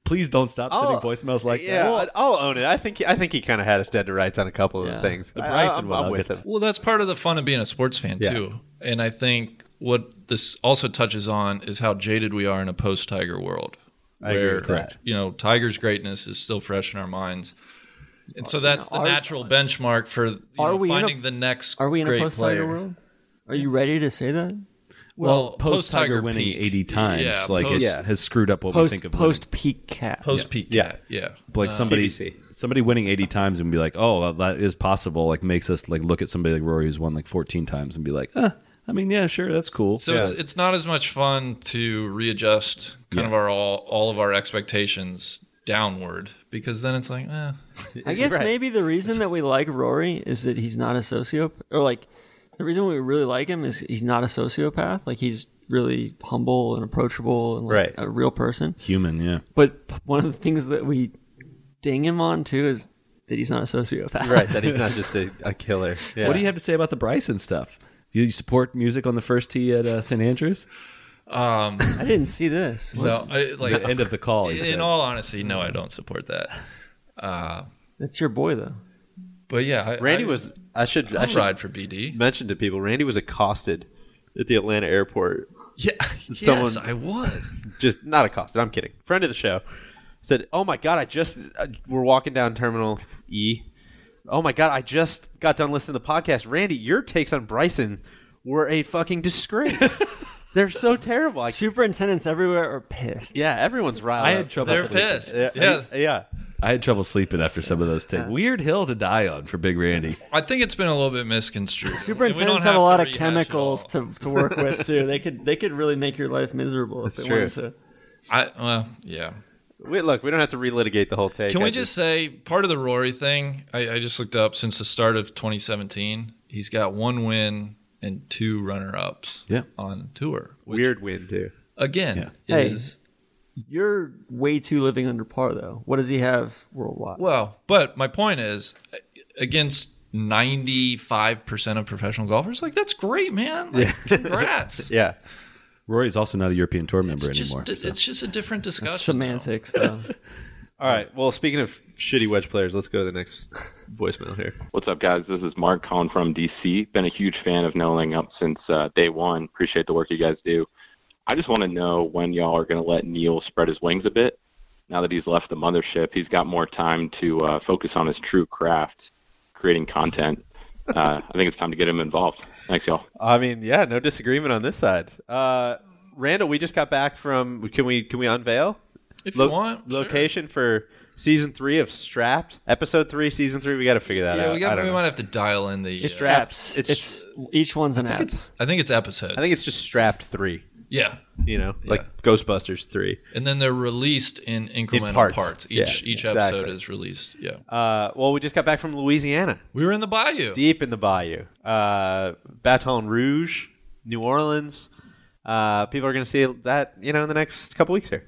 Speaker 2: Please don't stop sending
Speaker 4: Oh,
Speaker 3: I'll-
Speaker 2: voicemails like
Speaker 3: yeah,
Speaker 2: that.
Speaker 3: I'll own it. I think I think he kind of had us dead to rights on a couple of things.
Speaker 2: The
Speaker 3: I-
Speaker 2: Bryson
Speaker 3: I'm,
Speaker 2: one,
Speaker 3: I'm
Speaker 2: I'll
Speaker 3: with
Speaker 2: get-
Speaker 3: him.
Speaker 6: Well, that's part of the fun of being a sports fan
Speaker 3: Yeah.
Speaker 6: too. And I think what this also touches on is how jaded we are in a post-Tiger world,
Speaker 3: I agree, correct.
Speaker 6: you know Tiger's greatness is still fresh in our minds. And so that's the
Speaker 4: Are-
Speaker 6: natural benchmark for you
Speaker 4: Are
Speaker 6: know,
Speaker 4: we in a-
Speaker 6: finding the next
Speaker 4: Are we in a
Speaker 6: great
Speaker 4: post
Speaker 6: player.
Speaker 4: Tiger world? Are you ready to say that?
Speaker 2: Well, post Tiger
Speaker 6: post-Tiger
Speaker 2: winning
Speaker 6: peak.
Speaker 2: 80 times,
Speaker 6: Yeah,
Speaker 2: like it
Speaker 6: post- Yeah.
Speaker 2: has screwed up what we
Speaker 4: Post-
Speaker 2: think of
Speaker 4: post peak cat.
Speaker 6: Post peak
Speaker 2: yeah.
Speaker 6: cat, yeah.
Speaker 2: Like
Speaker 6: Uh,
Speaker 2: somebody
Speaker 6: BBC.
Speaker 2: somebody winning 80 times and be like, "Oh, well, that is possible." Like makes us like look at somebody like Rory who's won like 14 times and be like, "Uh, I mean, yeah, sure, that's cool."
Speaker 6: So it's it's not as much fun to readjust kind
Speaker 2: Yeah.
Speaker 6: of our all all of our expectations downward because then it's like, eh.
Speaker 4: I guess maybe the reason that we like Rory is that he's not a sociopath, or like the reason we really like him is he's not a sociopath. Like he's really humble and approachable and like
Speaker 2: Right.
Speaker 4: a real person,
Speaker 2: human, yeah.
Speaker 4: But p- one of the things that we ding him on too is that he's not a sociopath.
Speaker 3: Right, that he's not just a, a killer. Yeah.
Speaker 2: What do you have to say about the Bryson stuff? Do you support music on the first tee at uh, St. Andrews?
Speaker 6: Um,
Speaker 4: I didn't see this.
Speaker 6: No, I, like
Speaker 2: The end of the call, he
Speaker 6: In
Speaker 2: said.
Speaker 6: all honesty, no, I don't support that. Uh,
Speaker 4: That's your boy though.
Speaker 6: but yeah, I,
Speaker 3: Randy
Speaker 6: I-
Speaker 3: was. I should. I
Speaker 6: I'll
Speaker 3: should
Speaker 6: ride for BD.
Speaker 3: Mention to people. Randy was accosted at the Atlanta airport.
Speaker 6: Yeah.
Speaker 3: Someone
Speaker 6: yes, I was.
Speaker 3: just not accosted. I'm kidding. Friend of the show said, "Oh my god, I just uh, we're walking down Terminal E. Oh my god, I just got done listening to the podcast. Randy, your takes on Bryson were a fucking disgrace. They're so terrible. I,
Speaker 4: Superintendents everywhere are pissed.
Speaker 3: yeah, everyone's riled.
Speaker 2: I
Speaker 3: up.
Speaker 2: had trouble They're sleeping. pissed.
Speaker 3: Yeah,
Speaker 2: Yeah.
Speaker 3: yeah.
Speaker 2: I had trouble sleeping after some of those takes. Weird hill to die on for Big Randy.
Speaker 6: I think it's been a little bit misconstrued. And we don't
Speaker 4: Superintendents have, a
Speaker 6: to
Speaker 4: lot of
Speaker 6: rehash it
Speaker 4: chemicals to, to work with too. They could they could really make your life miserable if
Speaker 3: That's
Speaker 4: they
Speaker 3: true.
Speaker 4: wanted to.
Speaker 6: I well, yeah.
Speaker 3: We, look, we don't have to relitigate the whole take.
Speaker 6: Can
Speaker 3: I
Speaker 6: we just say part of the Rory thing? I, I just looked up since the start of 2017, he's got one win and two runner-ups.
Speaker 2: Yeah.
Speaker 6: on tour.
Speaker 3: weird win too?
Speaker 6: Again, it
Speaker 4: Hey,
Speaker 6: is-
Speaker 4: you're way too living under par though. What does he have worldwide?
Speaker 6: Well, but my point is, against 95% of professional golfers, like that's great, man. Like, Congrats.
Speaker 3: yeah.
Speaker 2: Rory's also not a European Tour member
Speaker 6: It's
Speaker 2: anymore.
Speaker 6: just, it's just a different discussion.
Speaker 4: semantics, though.
Speaker 3: All right. Well, speaking of shitty wedge players, let's go to the next voicemail here.
Speaker 15: What's up, guys? This is Mark calling from DC. Been a huge fan of Knowing Up since uh, day one. Appreciate the work you guys do. I just want to know when y'all are going to let Neil spread his wings a bit. Now that he's left the mothership, he's got more time to uh, focus on his true craft, creating content. Uh, I think it's time to get him involved. Thanks, y'all.
Speaker 3: I mean, yeah, no disagreement on this side. Uh, Randall, we just got back from. Can we can we unveil?
Speaker 6: If you want, sure.
Speaker 3: location for season three of Strapped, episode three, season three. We got to figure that
Speaker 6: Yeah,
Speaker 3: out.
Speaker 6: we,
Speaker 3: I
Speaker 6: got,
Speaker 3: don't
Speaker 6: we
Speaker 3: know.
Speaker 6: might have to dial in the. uh,
Speaker 4: It's apps. It's, each one's an app.
Speaker 6: I think it's episodes.
Speaker 3: I think it's just Strapped three.
Speaker 6: Yeah.
Speaker 3: you know, like Ghostbusters three.
Speaker 6: and then they're released in incremental
Speaker 3: parts.
Speaker 6: parts. Each
Speaker 3: Yeah,
Speaker 6: each
Speaker 3: exactly.
Speaker 6: episode is released. Yeah.
Speaker 3: Uh, well, we just got back from Louisiana.
Speaker 6: We were in the bayou,
Speaker 3: deep in the bayou, uh, Baton Rouge, New Orleans. Uh, people are going to see that, you know, in the next couple weeks here.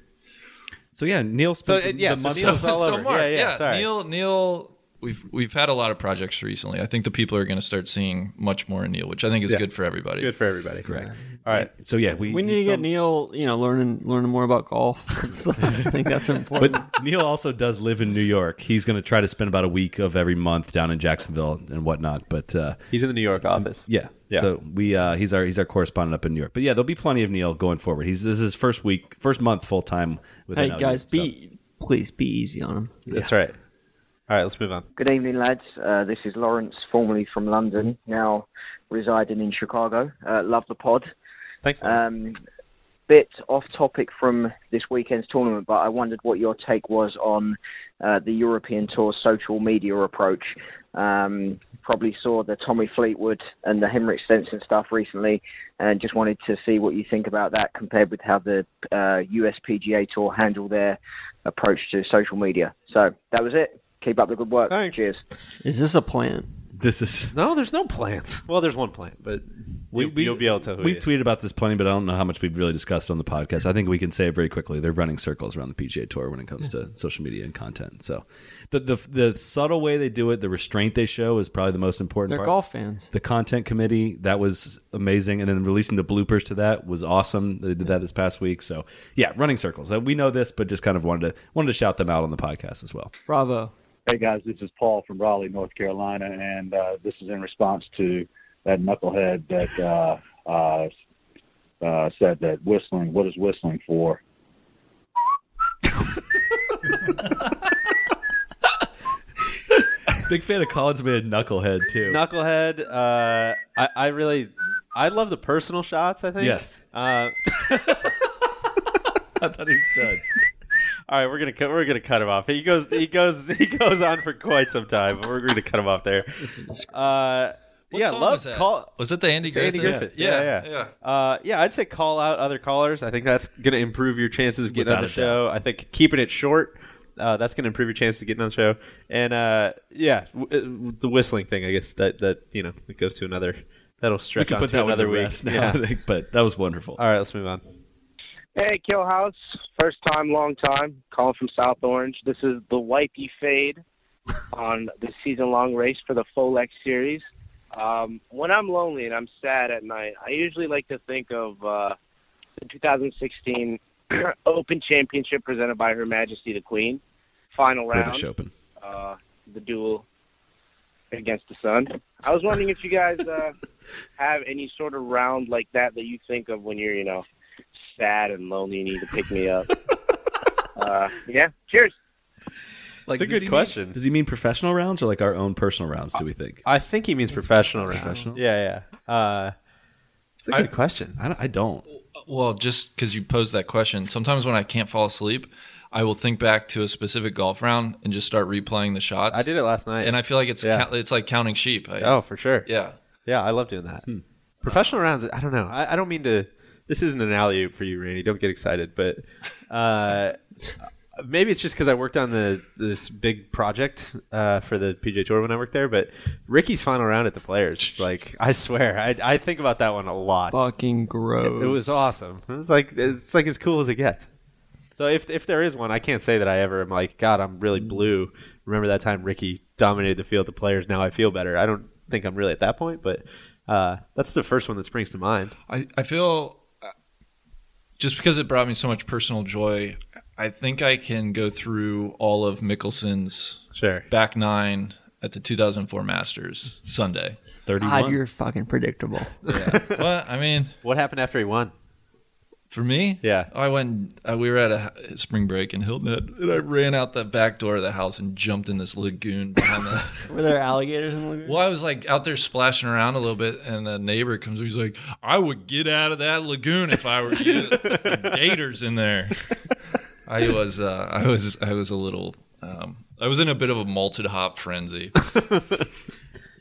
Speaker 2: So yeah, Neil
Speaker 3: So
Speaker 2: spent
Speaker 3: uh, yeah,
Speaker 2: the
Speaker 3: so
Speaker 2: month-
Speaker 3: Neil's all
Speaker 6: So,
Speaker 3: over.
Speaker 6: Mark,
Speaker 3: yeah, yeah, sorry.
Speaker 6: Neil, Neil, we've we've had a lot of projects recently. I think the people are going to start seeing much more in Neil, which I think is
Speaker 3: Yeah.
Speaker 6: good for everybody.
Speaker 3: Good for everybody. Correct. All right.
Speaker 2: So yeah, we
Speaker 4: We need to get Neil, you know, learning learning more about golf. It's like- I think that's important.
Speaker 2: But Neil also does live in New York. He's going to try to spend about a week of every month down in Jacksonville and whatnot. But uh,
Speaker 3: He's in the New York office.
Speaker 2: yeah,
Speaker 3: Yeah.
Speaker 2: So we uh, he's our he's our correspondent up in New York. But yeah, there'll be plenty of Neil going forward. He's this is his first week, first month full time. with
Speaker 4: hey
Speaker 2: NLU,
Speaker 4: guys,
Speaker 2: so-
Speaker 4: be please be easy on him.
Speaker 3: That's right. All right, let's move on.
Speaker 16: Good evening, lads. Uh, this is Lawrence, formerly from London, now residing in Chicago. Uh, love the pod.
Speaker 3: Thanks.
Speaker 16: Um, bit off topic from this weekend's tournament, but I wondered what your take was on uh, the European Tour's social media approach. Um, probably saw the Tommy Fleetwood and the Henrik Stenson stuff recently, and just wanted to see what you think about that compared with how the uh, US PGA Tour handle their approach to social media. So that was it. Keep up the good work. Cheers.
Speaker 4: Is this a plant?
Speaker 2: This is
Speaker 6: Oh,
Speaker 3: no. There's no plants. Well, there's one plant, but
Speaker 2: We-
Speaker 3: you,
Speaker 2: we-
Speaker 3: will be able to.
Speaker 2: We've tweeted about this plenty, but I don't know how much we've really discussed on the podcast. I think we can say it very quickly. They're running circles around the PGA Tour when it comes to social media and content. So, the the, the subtle way they do it, the restraint they show, is probably the most important.
Speaker 4: They're
Speaker 2: part.
Speaker 4: golf fans.
Speaker 2: The content committee that was amazing, and then releasing the bloopers to that was awesome. They did that this past week. So, yeah, running circles. Uh, We know this, but just kind of wanted to wanted to shout them out on the podcast as well.
Speaker 4: Bravo.
Speaker 17: Hey guys, this is Paul from Raleigh, North Carolina, and uh, this is in response to that knucklehead that uh, uh, uh, said that whistling. What is whistling for?
Speaker 2: Big fan of Collins made knucklehead too.
Speaker 3: Knucklehead. Uh, I, I really, I love the personal shots. I think.
Speaker 2: Yes.
Speaker 3: Uh,
Speaker 2: I thought he was done.
Speaker 3: All right, we're gonna cut. We're gonna cut him off. He goes. He goes. He goes on for quite some time. But we're gonna cut him off there. Uh,
Speaker 6: What
Speaker 3: yeah,
Speaker 6: song
Speaker 3: love
Speaker 6: was that?
Speaker 3: call.
Speaker 6: Was it the Andy
Speaker 3: It's Andy
Speaker 6: Griffith?
Speaker 3: Griffith?
Speaker 6: Yeah.
Speaker 3: Yeah, yeah,
Speaker 6: Yeah,
Speaker 3: yeah. Uh, yeah, I'd say call out other callers. I think that's gonna improve your chances of getting
Speaker 2: Without
Speaker 3: on the
Speaker 2: a
Speaker 3: show. I think keeping it short. Uh, that's going to improve your chances of getting on the show, and uh, yeah, w- uh, the whistling thing. I guess that that you know it goes to another. That'll
Speaker 2: We
Speaker 3: stretch
Speaker 2: could
Speaker 3: on
Speaker 2: put
Speaker 3: to
Speaker 2: that one
Speaker 3: another
Speaker 2: to
Speaker 3: week.
Speaker 2: rest now,
Speaker 3: Yeah.
Speaker 2: I think, but that was wonderful.
Speaker 3: All right, let's move on.
Speaker 18: Hey, Kill House. First time, long time. Calling from South Orange. This is the Wipey Fade on the season long race for the Folex Series. Um, when I'm lonely and I'm sad at night, I usually like to think of uh, the 2016 Open Championship presented by Her Majesty the Queen. Final round.
Speaker 2: British Open.
Speaker 18: Uh, the duel against the sun. I was wondering if you guys uh, have any sort of round like that that you think of when you're, you know, sad and lonely and need to pick me up. uh, yeah. Cheers.
Speaker 2: Like,
Speaker 18: It's a
Speaker 2: does
Speaker 18: good
Speaker 2: he mean-
Speaker 18: question.
Speaker 2: does he mean professional rounds or like our own personal rounds? Do we think?
Speaker 3: I think he means professional rounds.
Speaker 2: Professional?
Speaker 3: Yeah, yeah. Uh, it's a
Speaker 6: I-
Speaker 3: good question.
Speaker 2: I don't, I don't.
Speaker 6: Well, just because you posed that question, sometimes when I can't fall asleep, I will think back to a specific golf round and just start replaying the shots.
Speaker 3: I did it last night,
Speaker 6: and I feel like it's
Speaker 3: Yeah.
Speaker 6: count, it's like counting sheep. I,
Speaker 3: Oh, for sure.
Speaker 6: Yeah.
Speaker 3: yeah. I love doing that. Professional rounds. I don't know. I, I don't mean to. This isn't an alley for you, Randy. Don't get excited. But uh, maybe it's just because I worked on the this big project uh, for the PJ Tour when I worked there. But Ricky's final round at the Players, like I swear, I, I think about that one a lot.
Speaker 4: Fucking gross.
Speaker 3: It, it was awesome. It was like it's like as cool as it gets. So if if there is one, I can't say that I ever am like, God, I'm really blue. Remember that time Ricky dominated the field of players? Now I feel better. I don't think I'm really at that point, but uh, that's the first one that springs to mind.
Speaker 6: I, I feel uh, just because it brought me so much personal joy, I think I can go through all of Mickelson's
Speaker 3: Sure.
Speaker 6: back nine at the 2004 Masters Sunday.
Speaker 4: God, you're fucking predictable.
Speaker 6: Well, I mean,
Speaker 3: what happened after he won?
Speaker 6: For me,
Speaker 3: yeah,
Speaker 6: I went. Uh, we were at a h- spring break in Hilton Head, and I ran out the back door of the house and jumped in this lagoon behind the.
Speaker 4: Were there alligators in the lagoon?
Speaker 6: Well, I was like out there splashing around a little bit, and a neighbor comes. up, He's like, "I would get out of that lagoon if I were you." The gators in there. I was. Uh, I was. I was a little. Um, I was in a bit of a malted hop frenzy.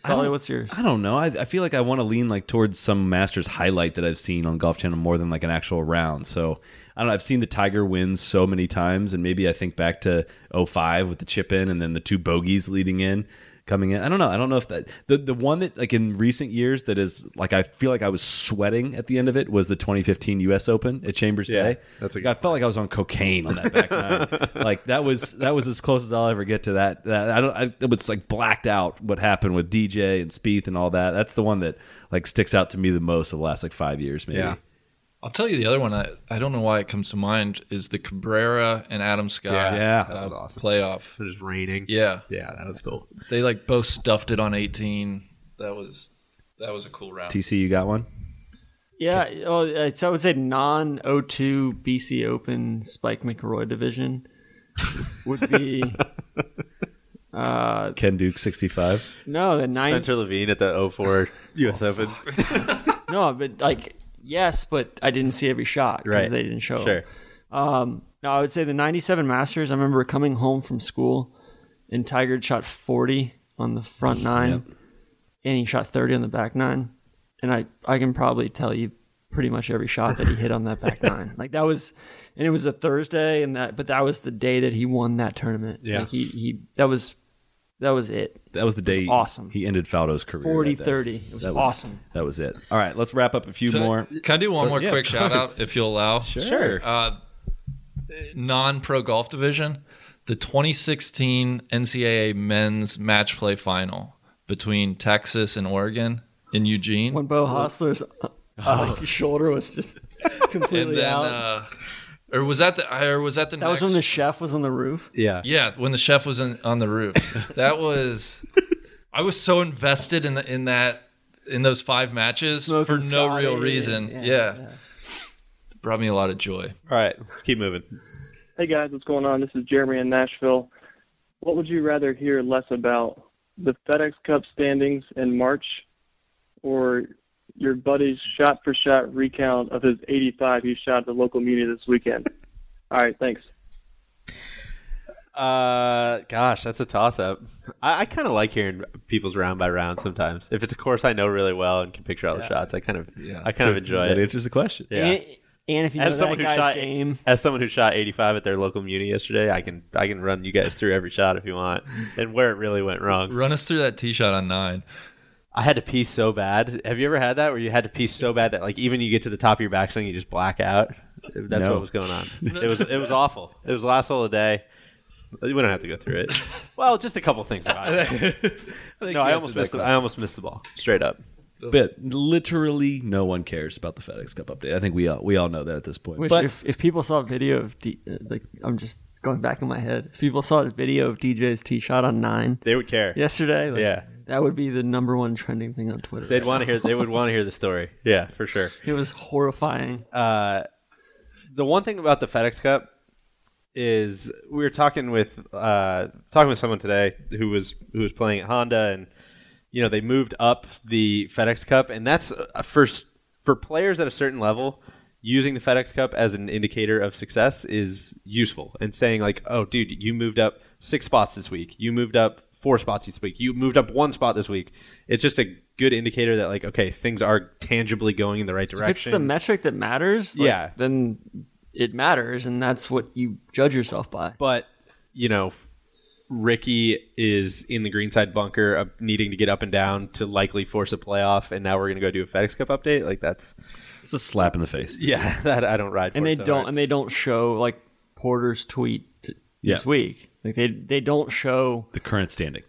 Speaker 2: I don't- I don't know. I, I feel like I want to lean like towards some Masters highlight that I've seen on Golf Channel more than like an actual round. So I don't know. I've seen the Tiger win so many times, and maybe I think back to 05 with the chip in and then the two bogeys leading in coming in. I don't know. I don't know if that the the one that like in recent years that is like I feel like I was sweating at the end of it was the 2015 U.S. Open at Chambers Bay. That's like, I felt like I was on cocaine on that back nine. like that was that was as close as I'll ever get to that. that I don't. I, it was like blacked out what happened with DJ and Spieth and all that. That's the one that like sticks out to me the most of the last like five years, maybe.
Speaker 6: Yeah. I'll tell you the other one. I, I don't know why it comes to mind is the Cabrera and Adam Scott.
Speaker 3: Yeah, Yeah.
Speaker 6: that was awesome. Playoff.
Speaker 3: It was raining.
Speaker 6: Yeah,
Speaker 3: yeah, that was cool.
Speaker 6: They like both stuffed it on eighteen. That was that was a cool round.
Speaker 2: TC, you got one?
Speaker 4: Yeah, well, it's, I would say non 02 BC Open Spike McRoy division would be uh,
Speaker 2: Ken Duke, sixty-five.
Speaker 4: no the
Speaker 3: oh
Speaker 4: nine
Speaker 3: Spencer Levine at the 04 U.S. Open.
Speaker 4: no, but like yes, but I didn't see every shot because
Speaker 3: Right.
Speaker 4: they didn't show.
Speaker 3: Sure.
Speaker 4: Um, no, I would say the '97 Masters. I remember coming home from school, and Tiger shot 40 on the front nine,
Speaker 2: Yep.
Speaker 4: and he shot 30 on the back nine. And I, I can probably tell you pretty much every shot that he hit on that back nine. Like that was, and it was a Thursday, and that, but that was the day that he won that tournament.
Speaker 2: Yeah.
Speaker 4: Like, he, he, that was, that was it.
Speaker 2: That was the day awesome. he ended Faldo's career. that
Speaker 4: 40-30.
Speaker 2: day.
Speaker 4: It was
Speaker 2: That
Speaker 4: awesome.
Speaker 2: That was it. All right, let's wrap up a few
Speaker 6: So,
Speaker 2: more.
Speaker 6: Can I do one
Speaker 2: So-
Speaker 6: more
Speaker 2: yeah,
Speaker 6: quick
Speaker 2: of
Speaker 6: shout
Speaker 2: course.
Speaker 6: out if you'll allow?
Speaker 2: Sure.
Speaker 6: Uh, non pro golf division, the 2016 NCAA men's match play final between Texas and Oregon in Eugene.
Speaker 4: When Bo Hostler's
Speaker 2: Oh.
Speaker 4: uh, like, shoulder was just completely
Speaker 6: Oh. and then,
Speaker 4: out.
Speaker 6: uh, or was that the, or was that the
Speaker 4: that was
Speaker 6: next
Speaker 4: when the chef was on the roof.
Speaker 3: Yeah.
Speaker 6: Yeah, when the chef was in, on the roof. That was I was so invested in the, in that in those five matches for no
Speaker 3: Scotty,
Speaker 6: real reason.
Speaker 3: yeah,
Speaker 6: Yeah, Brought me a lot of joy.
Speaker 3: All right, let's keep moving.
Speaker 19: Hey guys, what's going on? This is Jeremy in Nashville. What would you rather hear less about? The FedEx Cup standings in March or your buddy's shot for shot recount of his 85 he shot at the local media this weekend? All right, thanks.
Speaker 3: Uh, gosh, that's a toss up. I, I kind of like hearing people's round by round sometimes. If it's a course I know really well and can picture all the
Speaker 4: Yeah.
Speaker 3: shots, I kind of,
Speaker 4: Yeah.
Speaker 3: I kind
Speaker 2: So
Speaker 3: of enjoy
Speaker 2: that
Speaker 3: it.
Speaker 2: answers the question.
Speaker 3: Yeah.
Speaker 4: And, and if you know
Speaker 3: as someone
Speaker 4: that
Speaker 3: who
Speaker 4: guy's
Speaker 3: shot
Speaker 4: game,
Speaker 3: as someone who shot 85 at their local muni yesterday, I can I can run you guys through every shot if you want and where it really went wrong.
Speaker 6: Run us through that tee shot on nine.
Speaker 3: I had to pee so bad. Have you ever had that where you had to pee so bad that like even you get to the top of your backswing, you just black out? That's
Speaker 2: No.
Speaker 3: what was going on. It was it was awful. It was the last hole of the day. We don't have to go through it. Well, just a couple things about it.
Speaker 2: think
Speaker 3: no,
Speaker 2: you
Speaker 3: I almost
Speaker 2: answered
Speaker 3: missed.
Speaker 2: that
Speaker 3: The, I
Speaker 2: question.
Speaker 3: almost missed the ball straight up.
Speaker 2: But literally, no one cares about the FedEx Cup update. I think we all we all know that at this point.
Speaker 4: which
Speaker 2: but
Speaker 4: if, if people saw a video of D, uh, like I'm just going back in my head, if people saw a video of DJ's tee shot on nine,
Speaker 3: They would care.
Speaker 4: Yesterday, like,
Speaker 3: Yeah.
Speaker 4: that would be the number one trending thing on Twitter.
Speaker 3: They'd want to hear. They would want to hear the story. Yeah, for sure.
Speaker 4: It was horrifying.
Speaker 3: Uh, the one thing about the FedEx Cup is we were talking with uh, talking with someone today who was who was playing at Honda, and you know they moved up the FedEx Cup, and that's uh, for s- for players at a certain level. Using the FedEx Cup as an indicator of success is useful, and saying like, "Oh, dude, you moved up six spots this week. You moved up four spots this week. You moved up one spot this week." It's just a good indicator that like, okay, things are tangibly going in the right
Speaker 4: If
Speaker 3: direction.
Speaker 4: it's the metric that matters, like,
Speaker 3: Yeah.
Speaker 4: then it matters, and that's what you judge yourself by.
Speaker 3: But you know, Ricky is in the greenside bunker, uh, needing to get up and down to likely force a playoff, and now we're gonna go do a FedEx Cup update. Like that's
Speaker 2: it's a slap in the face.
Speaker 3: Yeah, that I don't ride.
Speaker 4: and
Speaker 3: for
Speaker 4: they
Speaker 3: so
Speaker 4: don't
Speaker 3: hard.
Speaker 4: and they don't show like Porter's tweet t- this
Speaker 2: Yeah.
Speaker 4: week. Like they they don't show
Speaker 2: the current standing,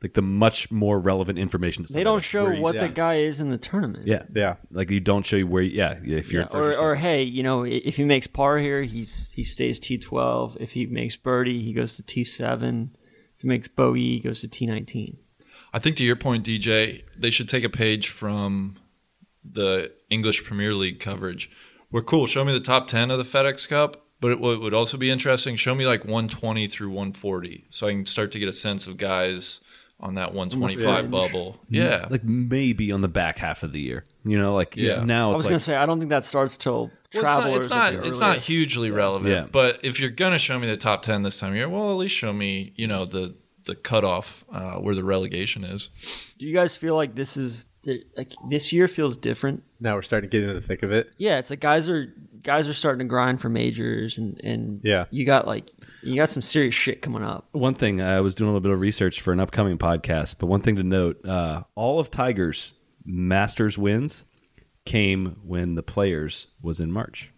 Speaker 2: like the much more relevant information. to
Speaker 4: they
Speaker 2: somebody
Speaker 4: don't
Speaker 2: else.
Speaker 4: show
Speaker 2: Where you
Speaker 4: what the
Speaker 2: stand.
Speaker 4: guy is in the tournament.
Speaker 2: Yeah,
Speaker 3: yeah.
Speaker 2: Like you don't show you where. Yeah, if you're in first
Speaker 4: or, or hey, you know, i- if he makes par here, he's he stays T twelve. If he makes birdie, he goes to T seven. If he makes bogey, he goes to T nineteen.
Speaker 6: I think to your point, DJ, they should take a page from the English Premier League coverage. We're cool. Show me the top 10 of the FedEx Cup, but it, what would also be interesting, show me like 120 through 140 so I can start to get a sense of guys on that 125
Speaker 2: fringe.
Speaker 6: bubble.
Speaker 2: Mm,
Speaker 6: Yeah.
Speaker 2: like maybe on the back half of the year. You know, like
Speaker 6: Yeah.
Speaker 2: now
Speaker 4: I
Speaker 2: it's
Speaker 4: was
Speaker 2: like
Speaker 4: gonna say I don't think that starts till
Speaker 6: Well,
Speaker 4: travelers.
Speaker 6: it's
Speaker 4: at
Speaker 6: not it's
Speaker 4: the
Speaker 6: not, it's not
Speaker 4: earliest.
Speaker 6: hugely relevant,
Speaker 2: Yeah.
Speaker 6: but if you're gonna show me the top ten this time of year, well, at least show me you know the the cutoff uh, where the relegation is.
Speaker 4: Do you guys feel like this is like this year feels different?
Speaker 3: now we're starting to get into the thick of it.
Speaker 4: Yeah, it's like guys are guys are starting to grind for majors, and and
Speaker 3: Yeah.
Speaker 4: you got like you got some serious shit coming up.
Speaker 2: One thing uh, I was doing a little bit of research for an upcoming podcast, but one thing to note: uh, all of Tiger's Masters wins came when the Players was in March.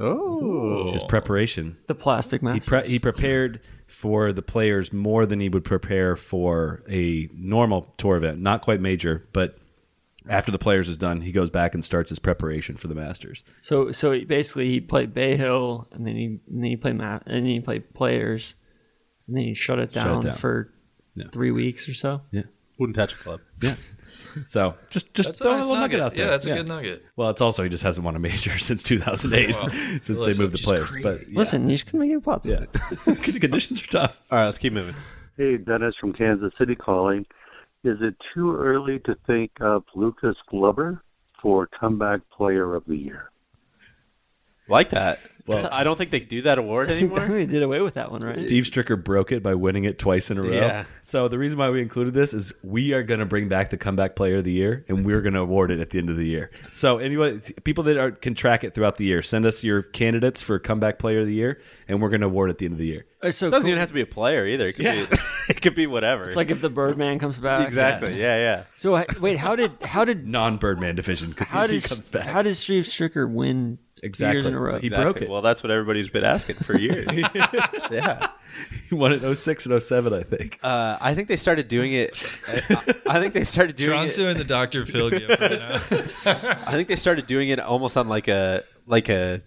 Speaker 3: Oh,
Speaker 2: His preparation,
Speaker 4: the plastic
Speaker 2: He,
Speaker 4: Masters.
Speaker 2: pre- he prepared for the Players more than he would prepare for a normal tour event, not quite major, but after the Players is done, he goes back and starts his preparation for the Masters.
Speaker 4: So so he- basically he played Bay Hill, and then he and then he played Matt, and then he played Players, and then he shut it
Speaker 2: Shut it
Speaker 4: down,
Speaker 2: down.
Speaker 4: for
Speaker 2: Yeah.
Speaker 4: three weeks or so.
Speaker 2: Yeah.
Speaker 3: Wouldn't touch a club.
Speaker 2: Yeah. So just just
Speaker 6: That's a
Speaker 2: throw a,
Speaker 6: nice
Speaker 2: little nugget.
Speaker 6: nugget.
Speaker 2: out there.
Speaker 6: Yeah, that's a good nugget.
Speaker 2: Well, it's also he just hasn't won a major since 2008,
Speaker 6: Wow.
Speaker 2: since
Speaker 6: Well,
Speaker 2: they
Speaker 6: that's
Speaker 2: moved the
Speaker 6: just
Speaker 2: players. But yeah.
Speaker 4: Listen, you just couldn't make it pots.
Speaker 2: Yeah. conditions are tough.
Speaker 3: All right, let's keep moving.
Speaker 20: Hey, Dennis from Kansas City calling. Is it too early to think of Lucas Glover?
Speaker 21: for Comeback Player of the Year.
Speaker 3: Like that.
Speaker 2: Well-
Speaker 3: I don't think they do that award
Speaker 4: I think
Speaker 3: anymore.
Speaker 4: they did away with that one, right?
Speaker 2: Steve Stricker broke it by winning it twice in a row.
Speaker 3: Yeah.
Speaker 2: So the reason why we included this is we are going to bring back the comeback player of the year, and we're going to award it at the end of the year. So anyway, people that are, can track it throughout the year, send us your candidates for comeback player of the year, and we're going to award it at the end of the year.
Speaker 3: it doesn't even have to be a player either. It could, be, it could be whatever.
Speaker 4: It's like if the Birdman comes back.
Speaker 3: Exactly. Yeah, yeah.
Speaker 4: So I- wait, how did how did
Speaker 2: non Birdman division?
Speaker 4: How
Speaker 2: he
Speaker 4: did
Speaker 2: comes back.
Speaker 4: how did Steve Stricker win two years in a row?
Speaker 3: Exactly. Well, that's what everybody's been asking for years. yeah.
Speaker 2: He won it 06 and 07, I think.
Speaker 3: Uh, I think they started doing it. I, I think they started doing
Speaker 6: John's
Speaker 3: it.
Speaker 6: doing the Dr. Phil gift right now.
Speaker 3: I think they started doing it almost on like a like a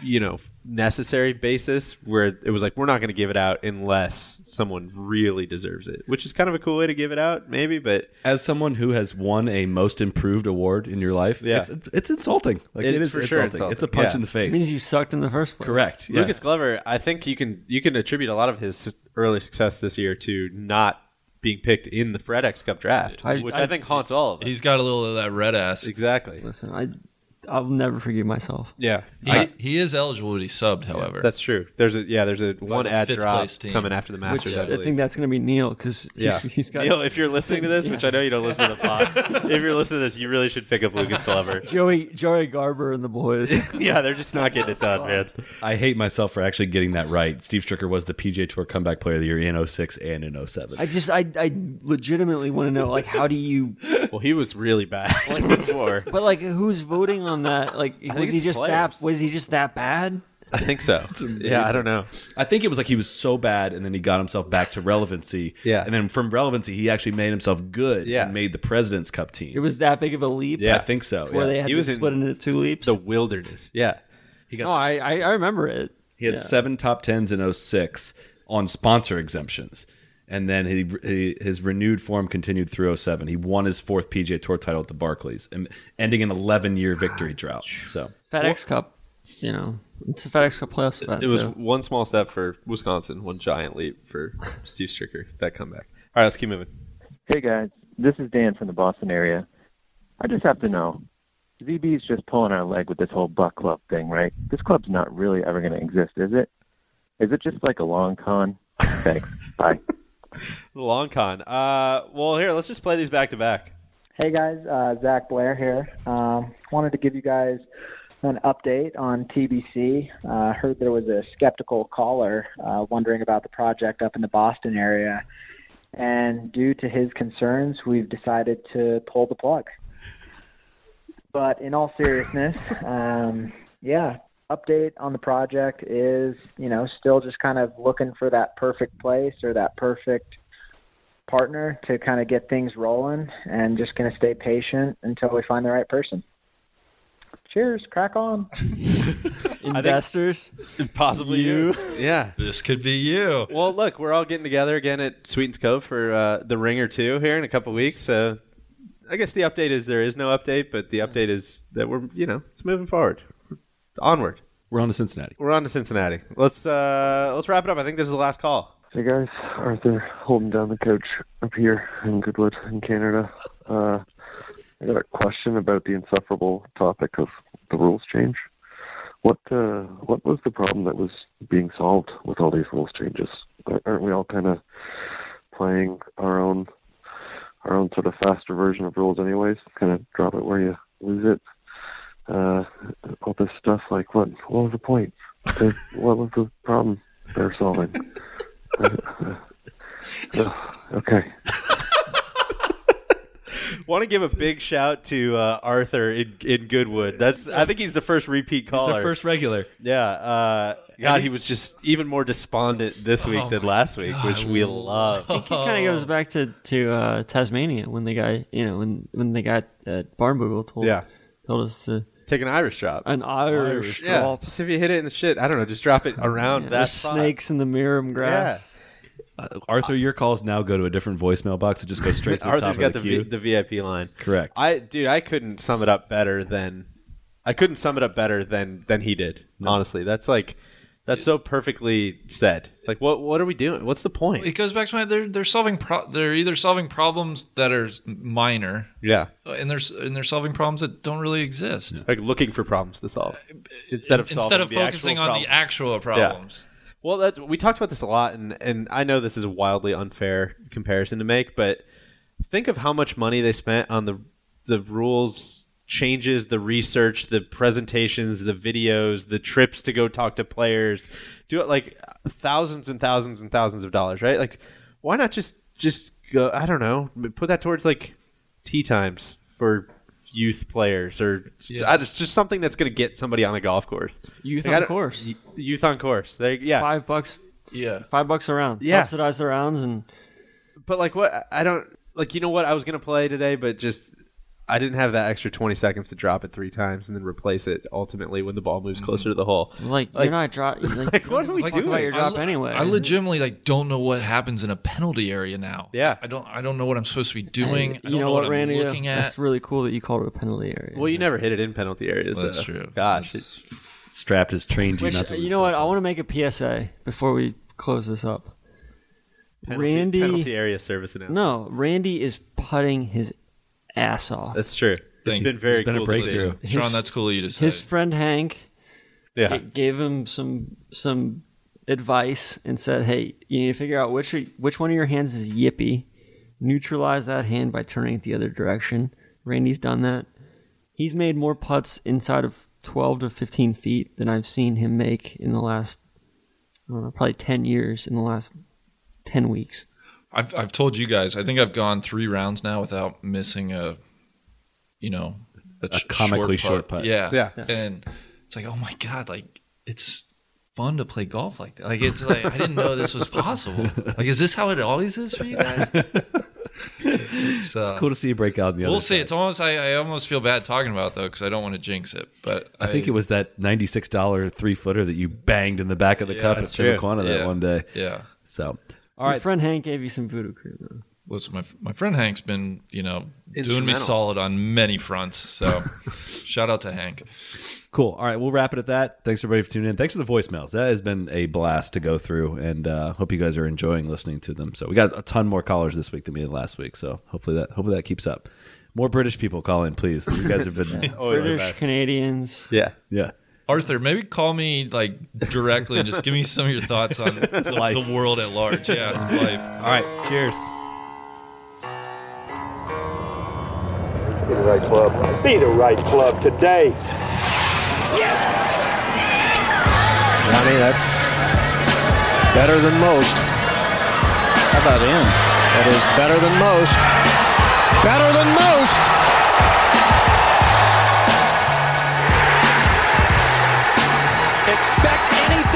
Speaker 3: you know necessary basis where it was like we're not going to give it out unless someone really deserves it, which is kind of a cool way to give it out, maybe. But
Speaker 2: As someone who has won a most improved award in your life,
Speaker 3: Yeah.
Speaker 2: it's, it's insulting. Like
Speaker 3: It's
Speaker 2: it is
Speaker 3: for
Speaker 2: insulting.
Speaker 3: sure
Speaker 2: It's a
Speaker 3: insulting,
Speaker 2: punch
Speaker 3: yeah.
Speaker 2: in the face.
Speaker 3: It means
Speaker 4: you sucked in the first place.
Speaker 2: Correct. Yeah.
Speaker 3: Lucas Glover, I think you can you can attribute a lot of his early success this year to not being picked in the FedEx Cup draft, which I, think haunts all of us.
Speaker 6: He's got a little of that red ass.
Speaker 3: Exactly.
Speaker 4: Listen, I I'll never forgive myself.
Speaker 3: Yeah.
Speaker 6: He, he is eligible to be subbed, however.
Speaker 3: That's true. There's a yeah. There's a one
Speaker 6: the
Speaker 3: ad
Speaker 6: fifth
Speaker 3: drop
Speaker 6: place team.
Speaker 3: coming after the Masters.
Speaker 4: Which
Speaker 3: I,
Speaker 4: I,
Speaker 3: believe.
Speaker 4: think that's going to be Neil because he's,
Speaker 3: yeah.
Speaker 4: he's got
Speaker 3: Neil, if you're listening to this, which I know you don't listen to the pod, if you're listening to this, you really should pick up Lucas Glover.
Speaker 4: Joey Joey Garber and the boys.
Speaker 3: yeah, they're just not getting it done, man.
Speaker 2: I hate myself for actually getting that right. Steve Stricker was the PGA Tour comeback player of the year in 06 and in 07.
Speaker 4: I just I I legitimately want to know like how do you
Speaker 3: Well, he was really bad before.
Speaker 4: but like who's voting on that like was
Speaker 3: think
Speaker 4: he
Speaker 3: it's
Speaker 4: just that was he just that bad?
Speaker 3: I think so. yeah, I don't know.
Speaker 2: I think it was like he was so bad, and then he got himself back to relevancy.
Speaker 3: Yeah.
Speaker 2: and then from relevancy, he actually made himself good.
Speaker 3: Yeah.
Speaker 2: and made the President's Cup team.
Speaker 4: It was that big of a leap.
Speaker 2: Yeah, I think so.
Speaker 4: It's where
Speaker 2: yeah.
Speaker 4: they had
Speaker 2: He
Speaker 4: to
Speaker 2: was in
Speaker 4: split into two leaps.
Speaker 3: The wilderness. Yeah,
Speaker 2: he got
Speaker 4: no, I, I I remember it.
Speaker 2: He had
Speaker 4: Yeah.
Speaker 2: seven top tens in 06 on sponsor exemptions. And then he, he his renewed form continued through 07. He won his fourth PGA Tour title at the Barclays, em- ending an 11 year victory drought. So
Speaker 4: FedEx Cup. You know, it's a FedEx Cup playoffs event.
Speaker 3: it was
Speaker 4: so.
Speaker 3: one small step for Wisconsin, one giant leap for Steve Stricker. That comeback. All right, let's keep moving.
Speaker 20: Hey guys, this is Dan from the Boston area. I just have to know, ZB's just pulling our leg with this whole Buck Club thing, right? This club's not really ever going to exist, is it? Is it just like a long con? Thanks. Bye.
Speaker 3: The long con. Uh, well, here, let's just play these back to back.
Speaker 22: Hey guys, uh, Zach Blair here. Um, wanted to give you guys an update on TBC. Uh, heard there was a skeptical caller uh, wondering about the project up in the Boston area, and due to his concerns, we've decided to pull the plug. But in all seriousness, um, yeah, update on the project is you know still just kind of looking for that perfect place or that perfect partner to kind of get things rolling and just going to stay patient until we find the right person. Cheers, crack on.
Speaker 4: Investors?
Speaker 3: Possibly you. Yeah.
Speaker 6: This could be you.
Speaker 3: Well, look, we're all getting together again at Sweetens Cove for uh, the Ring or Two here in a couple weeks. So I guess the update is there is no update, but the update is that we're, you know, it's moving forward. Onward.
Speaker 2: We're on to Cincinnati.
Speaker 3: We're on to Cincinnati. Let's uh, let's wrap it up. I think this is the last call.
Speaker 23: Hey guys, Arthur holding down the coach up here in Goodwood in Canada. Uh, I got a question about the insufferable topic of the rules change. What uh, what was the problem that was being solved with all these rules changes? Aren't we all kind of playing our own our own sort of faster version of rules, anyways? Kind of drop it where you lose it. Uh, all this stuff, like what what was the point? What what was the problem they're solving? Ugh, okay.
Speaker 3: Want to give a big shout to uh, Arthur in, in Goodwood. That's I think he's the first repeat
Speaker 2: he's
Speaker 3: caller.
Speaker 2: the first regular.
Speaker 3: Yeah. Uh, God, he, was just even more despondent this week than last week, which we love.
Speaker 4: It kind of goes back to to uh, Tasmania when the guy, you know, when when the guy at Barnboogle told
Speaker 3: Yeah.
Speaker 4: told us to
Speaker 3: take an Irish drop,
Speaker 4: an Irish,
Speaker 3: yeah.
Speaker 4: drop.
Speaker 3: Just if you hit it in the shit, I don't know, just drop it around
Speaker 4: Yeah,
Speaker 3: that
Speaker 4: there's
Speaker 3: spot.
Speaker 4: snakes in the Miram grass.
Speaker 2: uh, Arthur, your calls now go to a different voicemail box. It just goes straight to the
Speaker 3: Arthur's
Speaker 2: top
Speaker 3: got
Speaker 2: of
Speaker 3: the,
Speaker 2: the
Speaker 3: v,
Speaker 2: queue.
Speaker 3: the VIP line.
Speaker 2: Correct.
Speaker 3: I dude, I couldn't sum it up better than I couldn't sum it up better than than he did. Honestly, that's like That's so perfectly said. Like, what what are we doing? What's the point?
Speaker 6: It goes back to my they're they're solving pro- they're either solving problems that are minor
Speaker 3: Yeah,
Speaker 6: and they're s- and they're solving problems that don't really exist. Uh,
Speaker 3: like looking for problems to solve instead of solving
Speaker 6: instead of
Speaker 3: the
Speaker 6: focusing
Speaker 3: actual
Speaker 6: on
Speaker 3: problems.
Speaker 6: the actual problems.
Speaker 3: Well, that we talked about this a lot, and and I know this is a wildly unfair comparison to make, but think of how much money they spent on the the rules changes, the research, the presentations, the videos, the trips to go talk to players, do it like thousands and thousands and thousands of dollars, right? Like, why not just just go? I don't know, put that towards like tea times for youth players or
Speaker 2: Yeah.
Speaker 3: I just just something that's going to get somebody on a golf course.
Speaker 4: Youth
Speaker 3: Like, I
Speaker 4: on
Speaker 3: don't-
Speaker 4: course.
Speaker 3: Youth on course. They, yeah.
Speaker 4: Five bucks.
Speaker 3: Yeah.
Speaker 4: Five bucks a round.
Speaker 3: Yeah.
Speaker 4: Subsidize the rounds and
Speaker 3: But like what I don't like you know what I was gonna play today, but just I didn't have that extra twenty seconds to drop it three times and then replace it ultimately when the ball moves closer to the hole.
Speaker 4: Mm-hmm. Like, you're not drop. Like,
Speaker 3: what are we
Speaker 4: talk
Speaker 3: doing?
Speaker 4: about your drop
Speaker 6: I, le-
Speaker 4: anyway?
Speaker 6: I legitimately like don't know what happens in a penalty area now.
Speaker 3: Yeah.
Speaker 6: I don't I don't know what I'm supposed to be doing.
Speaker 4: Hey,
Speaker 6: I don't know, what,
Speaker 4: uh,
Speaker 6: I'm looking at.
Speaker 4: That's really cool that you called it a penalty area.
Speaker 3: Well, you never hit it in penalty areas.
Speaker 6: That's
Speaker 3: though.
Speaker 6: true.
Speaker 3: Gosh, it-
Speaker 2: Strapped has trained you
Speaker 4: Which,
Speaker 2: not to.
Speaker 4: you know what? I want to make a PSA before we close this up.
Speaker 3: Penalty-
Speaker 4: Randy
Speaker 3: penalty area service announcement.
Speaker 4: No, Randy is putting his ass off.
Speaker 3: that's true. It's been very cool to see.
Speaker 6: Sean, that's cool of you to say.
Speaker 4: His friend Hank
Speaker 3: Yeah.
Speaker 4: g- gave him some some advice and said, "Hey, you need to figure out which are- which one of your hands is yippy. Neutralize that hand by turning it the other direction." Randy's done that. He's made more putts inside of 12 to 15 feet than I've seen him make in the last I don't know, probably 10 years in the last 10 weeks.
Speaker 6: I've I've told you guys. I think I've gone three rounds now without missing a, you know,
Speaker 2: A comically short putt.
Speaker 6: Yeah,
Speaker 2: Yeah.
Speaker 6: And it's like, oh my god, like it's fun to play golf like that. Like it's like I didn't know this was possible. Like, is this how it always is for you guys? It's,
Speaker 2: It's
Speaker 6: uh,
Speaker 2: cool to see you break out on the
Speaker 6: we'll
Speaker 2: other.
Speaker 6: see. It's almost I, I almost feel bad talking about it, though because I don't want to jinx it. But
Speaker 2: I think it was that ninety-six dollar three-footer that you banged in the back of the
Speaker 6: Yeah,
Speaker 2: cup at
Speaker 6: that's true.
Speaker 2: Timucana that
Speaker 6: Yeah.
Speaker 2: one day.
Speaker 6: Yeah.
Speaker 2: So,
Speaker 6: All
Speaker 4: Your
Speaker 6: right.
Speaker 4: friend Hank gave you some voodoo cream. though.
Speaker 6: Listen, my my friend Hank's been you know doing me
Speaker 2: Instrumental.
Speaker 6: solid on many fronts. So shout out to Hank.
Speaker 2: Cool. All right, we'll wrap it at that. Thanks everybody for tuning in. Thanks for the voicemails. That has been a blast to go through, and uh, hope you guys are enjoying listening to them. So we got a ton more callers this week than we did last week. So hopefully that hopefully that keeps up. More British people call in, please. You guys have been
Speaker 6: Oh,
Speaker 3: Always the
Speaker 4: British
Speaker 3: best.
Speaker 4: Canadians.
Speaker 3: Yeah.
Speaker 2: yeah.
Speaker 6: Arthur, maybe call me like directly and just give me some of your thoughts on the,
Speaker 2: Life. Uh-huh.
Speaker 6: the world at large. Yeah, life.
Speaker 2: All right, cheers.
Speaker 24: Be the right club. Be the right club today.
Speaker 1: Johnny, that's better than most. How about him? That is better than most. Better than most.
Speaker 24: Expect anything.